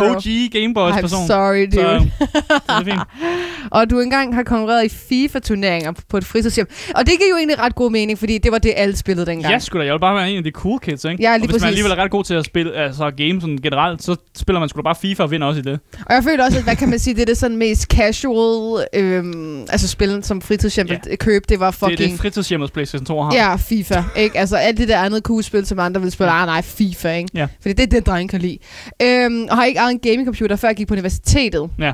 C: en
B: bro.
C: OG Gameboys-person.
B: I'm sorry, dude.
C: Så, så det er fint.
B: Og du engang har konkurreret i FIFA-turneringer på et fritidshjem. Og det giver jo egentlig ret god mening, fordi det var det, alle spillede dengang.
C: Ja, sgu da. Jeg vil bare være en af de cool kids, ikke?
B: Ja, lige
C: og hvis
B: præcis.
C: man alligevel er ret god til at spille altså game sådan generelt, så spiller man sgu da bare FIFA og vinder også i det.
B: Og jeg føler også, at hvad kan man sige, det er det sådan mest casual, øhm, altså spillet som fritidshjem yeah. køb, det var fucking...
C: Det er det fritidshjemmets Playstation 2 har.
B: Ja, FIFA, ikke? Altså alt det der andet cool spil, som andre vil spille. Ah, nej, FIFA, ikke?
C: Ja.
B: Fordi det er det, drenge kan lide. Øhm, og har ikke ejet en gamingcomputer, før jeg gik på universitetet.
C: Ja.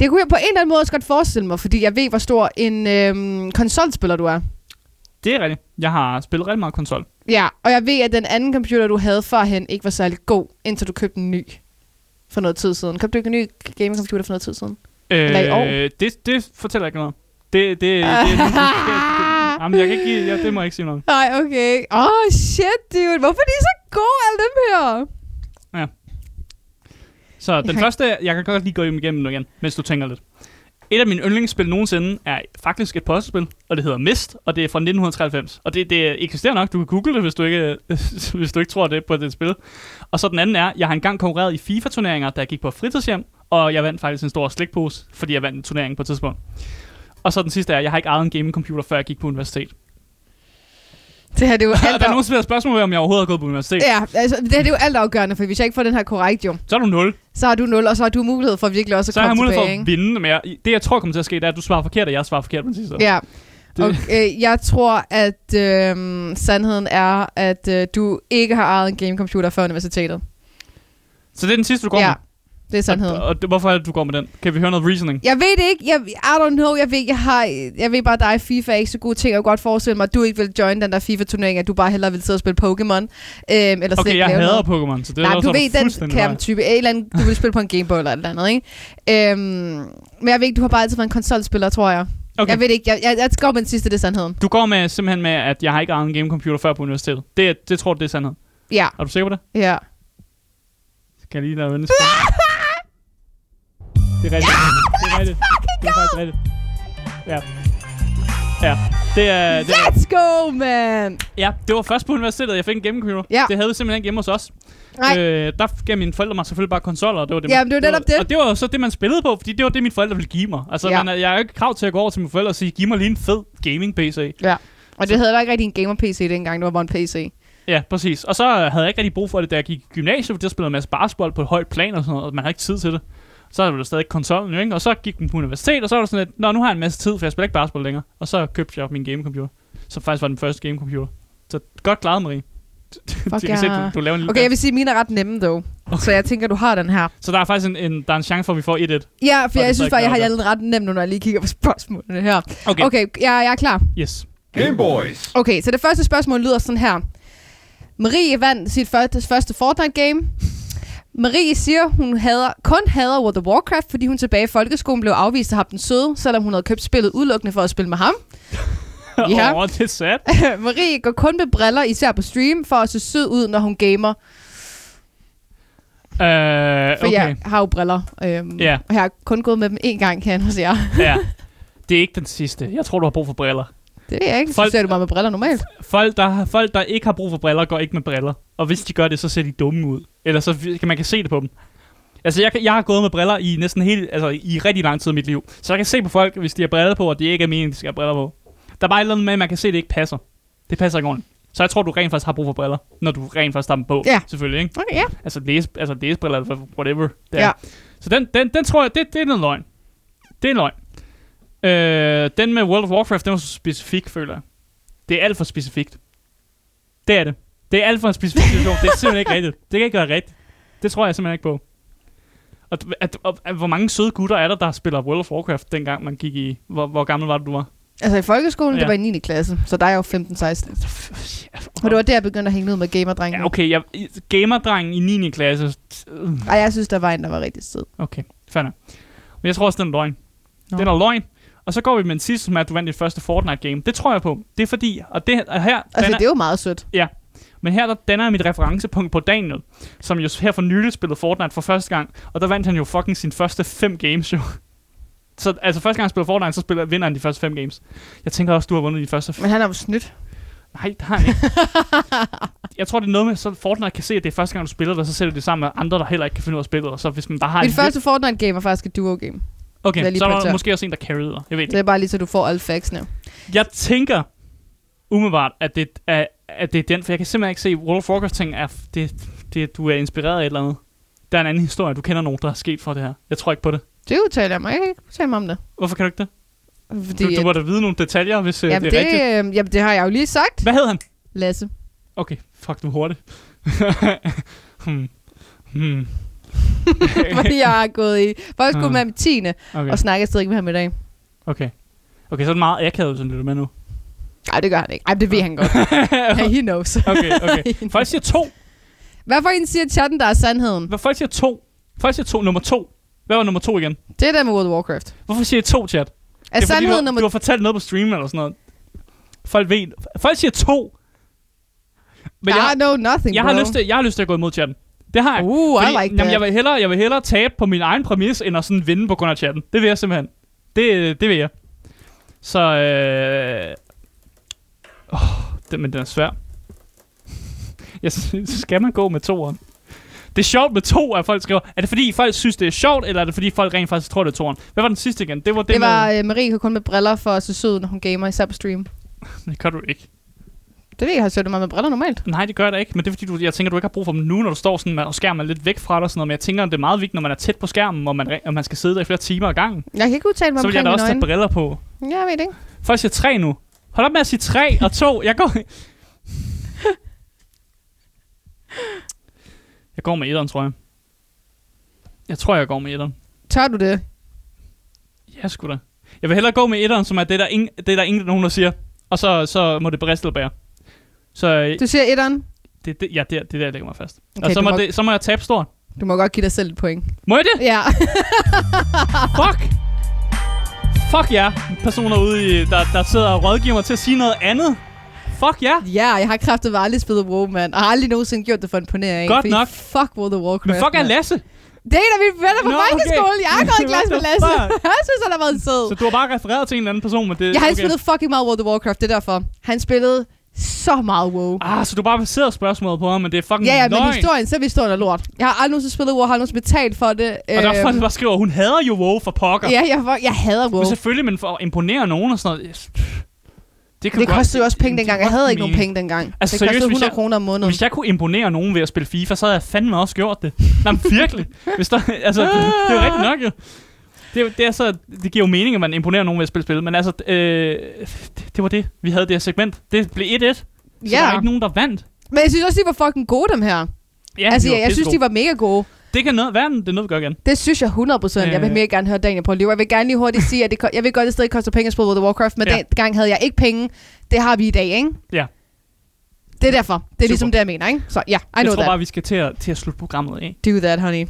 B: Det kunne jeg på en eller anden måde også godt forestille mig, fordi jeg ved, hvor stor en øhm, konsolspiller du er.
C: Det er rigtigt. Jeg har spillet rigtig meget konsol.
B: Ja, og jeg ved, at den anden computer, du havde førhen, ikke var særlig god, indtil du købte en ny for noget tid siden. Købte du ikke en ny gamingcomputer for noget tid siden? Eller i år.
C: Øh, det, det fortæller jeg ikke noget om. Det, det, det, det, det, det Jamen, jeg kan ikke give, ja, det må jeg ikke sige noget om.
B: Nej, okay. Åh, oh, shit, dude. Hvorfor er de så gode, alle dem her?
C: Så den
B: har-
C: første, jeg kan godt lige gå igennem nu igen, mens du tænker lidt. Et af mine yndlingsspil nogensinde er faktisk et puzzlespil, og det hedder Mist, og det er fra 1993. Og det, det eksisterer nok, du kan google det, hvis du ikke, hvis du ikke tror det er på det spil. Og så den anden er, jeg har engang konkurreret i FIFA-turneringer, da jeg gik på fritidshjem, og jeg vandt faktisk en stor slikpose, fordi jeg vandt en turnering på et tidspunkt. Og så den sidste er, jeg har ikke ejet en gamingcomputer, før jeg gik på universitet.
B: Det her, det er jo
C: Er
B: alt
C: der nogen, der stiller spørgsmål ved, om jeg overhovedet har gået på universitet?
B: Ja, altså, det, her, det er jo altafgørende, for hvis jeg ikke får den her korrekt, jo,
C: Så er du 0.
B: så har du 0, og så har du mulighed for virkelig også at
C: Så har jeg
B: komme
C: mulighed for
B: tilbage.
C: at vinde, men jeg, det jeg tror kommer til at ske, det er, at du svarer forkert, og jeg svarer forkert på den sidste.
B: Ja.
C: Det-
B: Og øh, jeg tror, at øh, sandheden er, at øh, du ikke har ejet en gamecomputer før universitetet.
C: Så det er den sidste, du går
B: ja,
C: med?
B: det er sandheden.
C: Og, og det, hvorfor er det, du går med den? Kan vi høre noget reasoning?
B: Jeg ved det ikke. Jeg, I don't know. Jeg ved, jeg har, jeg ved bare, at dig i FIFA er ikke så gode ting. Jeg kan godt forestille mig, at du ikke vil join den der FIFA-turnering, at du bare hellere vil sidde og spille Pokémon. Øhm, eller slet
C: Okay,
B: ikke
C: jeg
B: lave
C: hader
B: noget.
C: Pokémon, så det
B: Nej,
C: er
B: men
C: også
B: du
C: er
B: ved, den
C: fuldstændig
B: kan
C: mig.
B: type. En eller anden, du vil spille på en Gameboy eller et eller andet, ikke? Øhm, men jeg ved ikke, du har bare altid været en konsolspiller, tror jeg. Okay.
C: Okay,
B: Jeg ved det ikke. Jeg, jeg, jeg går med den sidste, det er sandheden.
C: du går med simpelthen med, at jeg har ikke ejet en gamecomputer før på universitetet. Det, det tror du, det er sandhed.
B: Ja,
C: Er du sikker på det?
B: ja.
C: Kan jeg lige lade vende? det er rigtigt.
B: Ah,
C: det er rigtigt. Det er faktisk rigtigt. Ja. Ja, det er... Det,
B: Let's go, man!
C: ja, det var først på universitetet, jeg fik en gamecomputer.
B: Ja.
C: Det havde vi simpelthen ikke hjemme hos os.
B: Nej.
C: Øh, der gav mine forældre mig selvfølgelig bare konsoller, og det var det,
B: Jamen, det var
C: man,
B: netop det.
C: Og det var jo så det, man spillede på, fordi det var det, mine forældre ville give mig. Altså,
B: Ja.
C: ja. man, er- jeg har jo ikke krav til at gå over til mine forældre og sige, giv mig lige en fed gaming-PC.
B: Og det havde da ikke rigtig en gamer-PC dengang, det var bare en PC.
C: Ja, præcis. Og så øh, havde jeg ikke rigtig brug for det, da jeg gik i gymnasiet, fordi jeg spillede en masse basketball på et højt plan og sådan noget, og man havde ikke tid til det. Så var der stadig konsollen, jo, ikke? Og så gik den på universitet, og så var der sådan lidt, Nå, nu har jeg en masse tid, for jeg spiller ikke basketball længere. Og så købte jeg min gamecomputer, som faktisk var den første gamecomputer. Så godt klaret, Marie.
B: Fuck
C: jeg kan se,
B: ja.
C: du, du laver en lille
B: Okay, jeg vil sige, at mine er ret nemme, dog. Okay. Så jeg tænker, du har den her.
C: Så der er faktisk en, en, der er en chance for, at vi får 1-1.
B: Ja, for
C: Og
B: jeg
C: det
B: synes
C: så
B: bare, jeg har
C: ikke
B: den ret nem nu, når jeg lige kigger på spørgsmålene her.
C: Okay.
B: Okay, jeg, jeg er klar.
C: Yes.
D: Game Boys.
B: Okay, så det første spørgsmål lyder sådan her. Marie vandt sit første, første Fortnite-game. Marie siger, hun hader, kun hader World of Warcraft, fordi hun tilbage i folkeskolen blev afvist af ham den søde, selvom hun havde købt spillet udelukkende for at spille med ham. Ja.
C: Åh, oh, det er sad.
B: Marie går kun med briller, især på stream, for at se sød ud, når hun gamer. For
C: Uh,
B: okay.
C: okay.
B: jeg har jo briller, øhm,
C: Ja.
B: og jeg har kun gået med dem én gang herinde hos jer.
C: ja. Det er ikke den sidste. Jeg tror, du har brug for briller.
B: Det ved jeg ikke. Folk...
C: Folk-
B: Så ser du mig med briller normalt.
C: Folk der, har- folk, der ikke har brug for briller, går ikke med briller. Og hvis de gør det, så ser de dumme ud. Eller så vi- kan man kan se det på dem. Altså, jeg, kan- jeg har gået med briller i næsten hele, altså i rigtig lang tid i mit liv. Så jeg kan se på folk, hvis de har briller på, og det ikke er meningen, de skal have briller på. Der er bare et eller andet med, at man kan se, at det ikke passer. Det passer ikke ordentligt. Så jeg tror, du rent faktisk har brug for briller, når du rent faktisk har dem på.
B: Ja.
C: Selvfølgelig, ikke?
B: Okay, ja.
C: Altså, læse, altså læsebriller, eller whatever. Det
B: Ja.
C: Er. Så den, den, den tror jeg, det, det er noget løgn. Det er en løgn. Øh, den med World of Warcraft, den var så specifik, føler jeg. Det er alt for specifikt. Det er det. Det er alt for en specifik situation. det er simpelthen ikke rigtigt. Det kan ikke være rigtigt. Det tror jeg simpelthen ikke på. Og, at, at, at, at, hvor mange søde gutter er der, der spiller World of Warcraft, dengang man gik i... Hvor, hvor gammel var det, du var?
B: Altså i folkeskolen, ja. det
C: Ja.
B: var i 9. klasse, så der er jeg jo 15-16. Og det var der, jeg begyndte at hænge ud med gamerdrengene.
C: Ja, okay, jeg, gamerdrengen i 9. klasse... øh,
B: Ej, jeg synes, der var en, der var rigtig sød.
C: Okay, fair nok. Men jeg tror også, den er løgn.
B: Nå.
C: Nå. Den er løgn. Og så går vi med den sidste, som er, at du vandt dit første Fortnite-game. Det tror jeg på. Det er fordi, og, det, og her,
B: Altså,
C: danner,
B: det er jo meget sødt.
C: men her der danner jeg mit referencepunkt på Daniel, som jo her for nylig spillede Fortnite for første gang, og der vandt han jo fucking sin første fem games jo. Så altså første gang han spiller Fortnite, så spiller, vinder han de første fem games. Jeg tænker også, du har vundet de første
B: Men han er jo snydt.
C: Nej, det har han ikke. jeg tror, det er noget med, så Fortnite kan se, at det er første gang, du spiller det, og så sætter du det sammen med andre, der heller ikke kan finde ud af spillet. Og så hvis man bare har
B: Mit
C: en
B: første Fortnite-game var faktisk et duo-game. vil jeg
C: Okay,
B: lige
C: så er der
B: pointere.
C: måske også en, der carryede dig. Jeg ved det
B: Det er bare lige, så du får alle factsene.
C: Jeg tænker umiddelbart, at det, er, at det er den, for jeg kan simpelthen ikke se, World of Warcraft ting er, det, det, du er inspireret af et eller andet. Der er en anden historie, du kender nogen, der er sket for det her. Jeg tror ikke på det.
B: Det udtaler jeg mig. Jeg kan ikke tale mig om det.
C: Hvorfor kan du ikke det?
B: Fordi,
C: Du, du må da vide nogle detaljer, hvis øh,
B: jamen,
C: det er rigtigt.
B: det, øh, jamen, det har jeg jo lige sagt.
C: Hvad hed han?
B: Lasse.
C: Okay, fuck, du er hurtig. hmm. Hmm.
B: Fordi jeg har gået i folkeskole med ham i 10.
C: Ah. Okay.
B: Og snakker stadig med ham i dag.
C: okay. Okay, så er det meget akavet, som du lytter med nu.
B: Nej, det gør han ikke. Ej, det ved han godt. Yeah, he knows.
C: Ah. okay, okay. Folk siger to.
B: Hvad for en siger chatten, der er sandheden?
C: Hvad- Folk siger to. Folk siger to. Nummer to. Hvad var nummer to igen?
B: Det er der med World of Warcraft.
C: Hvorfor siger I to, chat?
B: Er
C: det er fordi, du,
B: sandheden
C: har-
B: nummer...
C: du har fortalt noget på stream eller sådan noget. Folk ved... Folk siger to. Men
B: Men jeg,
C: jeg,
B: know nothing,
C: jeg,
B: bro.
C: har lyst til, jeg har lyst til at gå imod chatten. Det har jeg.
B: Uh, I like
C: jamen, jeg,
B: that.
C: vil hellere, jeg vil hellere tabe på min egen præmis, end at sådan vinde på grund af chatten. Det vil jeg simpelthen. Det, det vil jeg. Så... Øh... Oh, den, men den er svær. Jeg synes, skal man gå med toeren? Det er sjovt med to, at folk skriver. Er det fordi, folk synes, det er sjovt, eller er det fordi, folk rent faktisk tror, det er toeren? Hvad var den sidste igen? Det var det,
B: Det var
C: med...
B: øh, Marie går kun med briller for at se sød, ud, når hun gamer, især på stream.
C: Det kan du ikke.
B: Det ved jeg, har sødt mig med briller normalt.
C: Nej, det gør jeg da ikke, men det er fordi, du, jeg tænker, du ikke har brug for dem nu, når du står sådan, med- og skærmen er lidt væk fra dig og sådan noget, men jeg tænker, det er meget vigtigt, når man er tæt på skærmen, og man, re- og man skal sidde der i flere timer ad gangen.
B: Jeg kan ikke udtale mig
C: Så vil jeg
B: omkring
C: da også
B: mine
C: tage briller
B: øjne.
C: på.
B: Jeg ved det ikke.
C: Folk siger tre nu. Hold op med at sige tre og to. Jeg går... Jeg går med etteren, tror jeg. Jeg tror, jeg går med etteren.
B: Tør du det?
C: Ja, sgu da. Jeg vil hellere gå med etteren, som er det, der, ingen, det, der ingen nogen, der siger. Og så, så må det briste eller bære. Så øh,
B: Du siger etteren.
C: det, det, ja, det, er- det er der, jeg lægger mig fast. Okay, og
B: Okay,
C: så
B: du
C: må,
B: må-
C: det, så må jeg tabe stort.
B: Du må godt give dig selv et point.
C: Må jeg det?
B: Ja.
C: Fuck! Fuck jer, yeah. personer ude, i, der, der sidder og rådgiver mig til at sige noget andet. Fuck jer. Yeah.
B: ja, jeg har kraftet aldrig spillet WoW, mand. Og har aldrig nogensinde gjort det for en ponering.
C: Godt
B: fordi
C: nok.
B: Fuck World of Warcraft.
C: Men fuck er
B: mand.
C: Lasse.
B: Det er en af mine venner fra
C: Nå, okay.
B: folkeskole. Jeg har gået i klasse med
C: What the
B: Lasse.
C: fuck?
B: jeg synes, han har været sød.
C: Så du har bare refereret til en eller anden person, men det
B: Jeg har okay. spillet fucking meget World of Warcraft, det er derfor. Han spillede så meget WoW.
C: Ah, så du bare baseret spørgsmålet på ham, men det er fucking
B: Ja, ja, men
C: Ah, løgn.
B: historien, så er historien er lort. Jeg har aldrig nogensinde spillet WoW, har aldrig nogensinde betalt for det. øhm,
C: Og der er folk, der bare skriver, hun hader jo WoW for pokker.
B: Ja, jeg, for- jeg hader WoW.
C: Men selvfølgelig, men for at imponere nogen og sådan noget. yes, pff. kan
B: Det
C: godt-
B: kostede jo også penge
C: det
B: dengang.
C: giver
B: Jeg havde
C: godt
B: ikke nogen
C: mening.
B: penge dengang.
C: Altså,
B: Altså, det
C: seriøst,
B: kostede
C: hvis
B: 100
C: jeg-
B: kroner om måneden.
C: Hvis jeg kunne imponere nogen ved at spille FIFA, så havde jeg fandme også gjort det. Nej, men virkelig. Hvis der, altså, det er jo rigtigt nok jo. Det, er jo- det, er så, det giver jo mening, at man imponerer nogen ved at spille spil, men altså, øh, det, det var det. Vi havde det her segment. Det blev 1-1, så der er
B: Ja,
C: ikke nogen, der vandt.
B: men jeg synes også, de var fucking gode, dem her.
C: Ja,
B: altså,
C: vi
B: jeg, jeg synes, de
C: pissegode.
B: var mega gode.
C: Det kan noget, verden, det er noget, vi gør igen.
B: Det synes jeg 100%. Jeg vil
C: Øh.
B: mega gerne høre Daniel på liv. Jeg vil gerne lige hurtigt sige, at det, ko- jeg ved godt, at det stadig koster penge at spille World of Warcraft, men
C: Ja.
B: dengang havde jeg ikke penge. Det har vi i dag, ikke?
C: Ja.
B: Det er derfor. Det er ligesom
C: Super.
B: det, jeg mener, ikke? Så ja, yeah, I
C: Jeg
B: know
C: tror
B: that.
C: bare, vi skal til at, til at slutte programmet af.
B: Do that, honey.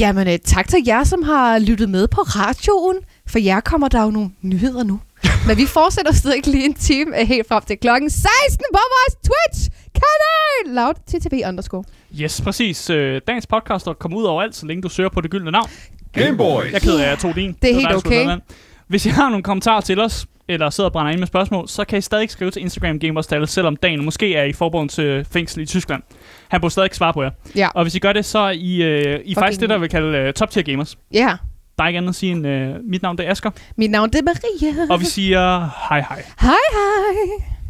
B: Jamen, øh, tak til jer, som har lyttet med på radioen. For jer kommer der jo nogle nyheder nu. Men vi fortsætter stadig lige en time øh, helt frem til klokken 16 på vores Twitch-kanal. Loud TTV underscore.
C: Yes, præcis. Øh, dagens podcast er kommet ud overalt, så længe du søger på det gyldne navn.
D: Game Boys.
C: Jeg er ked af, at jeg tog din.
B: Det er
C: var
B: helt
C: dig, der skulle
B: okay.
C: have været med. Hvis I har nogle kommentarer til os, eller sidder og brænder ind med spørgsmål, så kan I stadig skrive til Instagram Gamers Tal, selvom dagen måske er i forbund til fængsel i Tyskland. Han burde stadig svare på jer.
B: Ja.
C: Og hvis I gør det, så er I, øh, I er faktisk det, der vil kalde øh, top tier gamers.
B: Ja, yeah.
C: Der er ikke andet at sige end, øh, mit navn det er Asger,
B: mit navn det er Maria.
C: og vi siger hej hej.
B: Hej hej.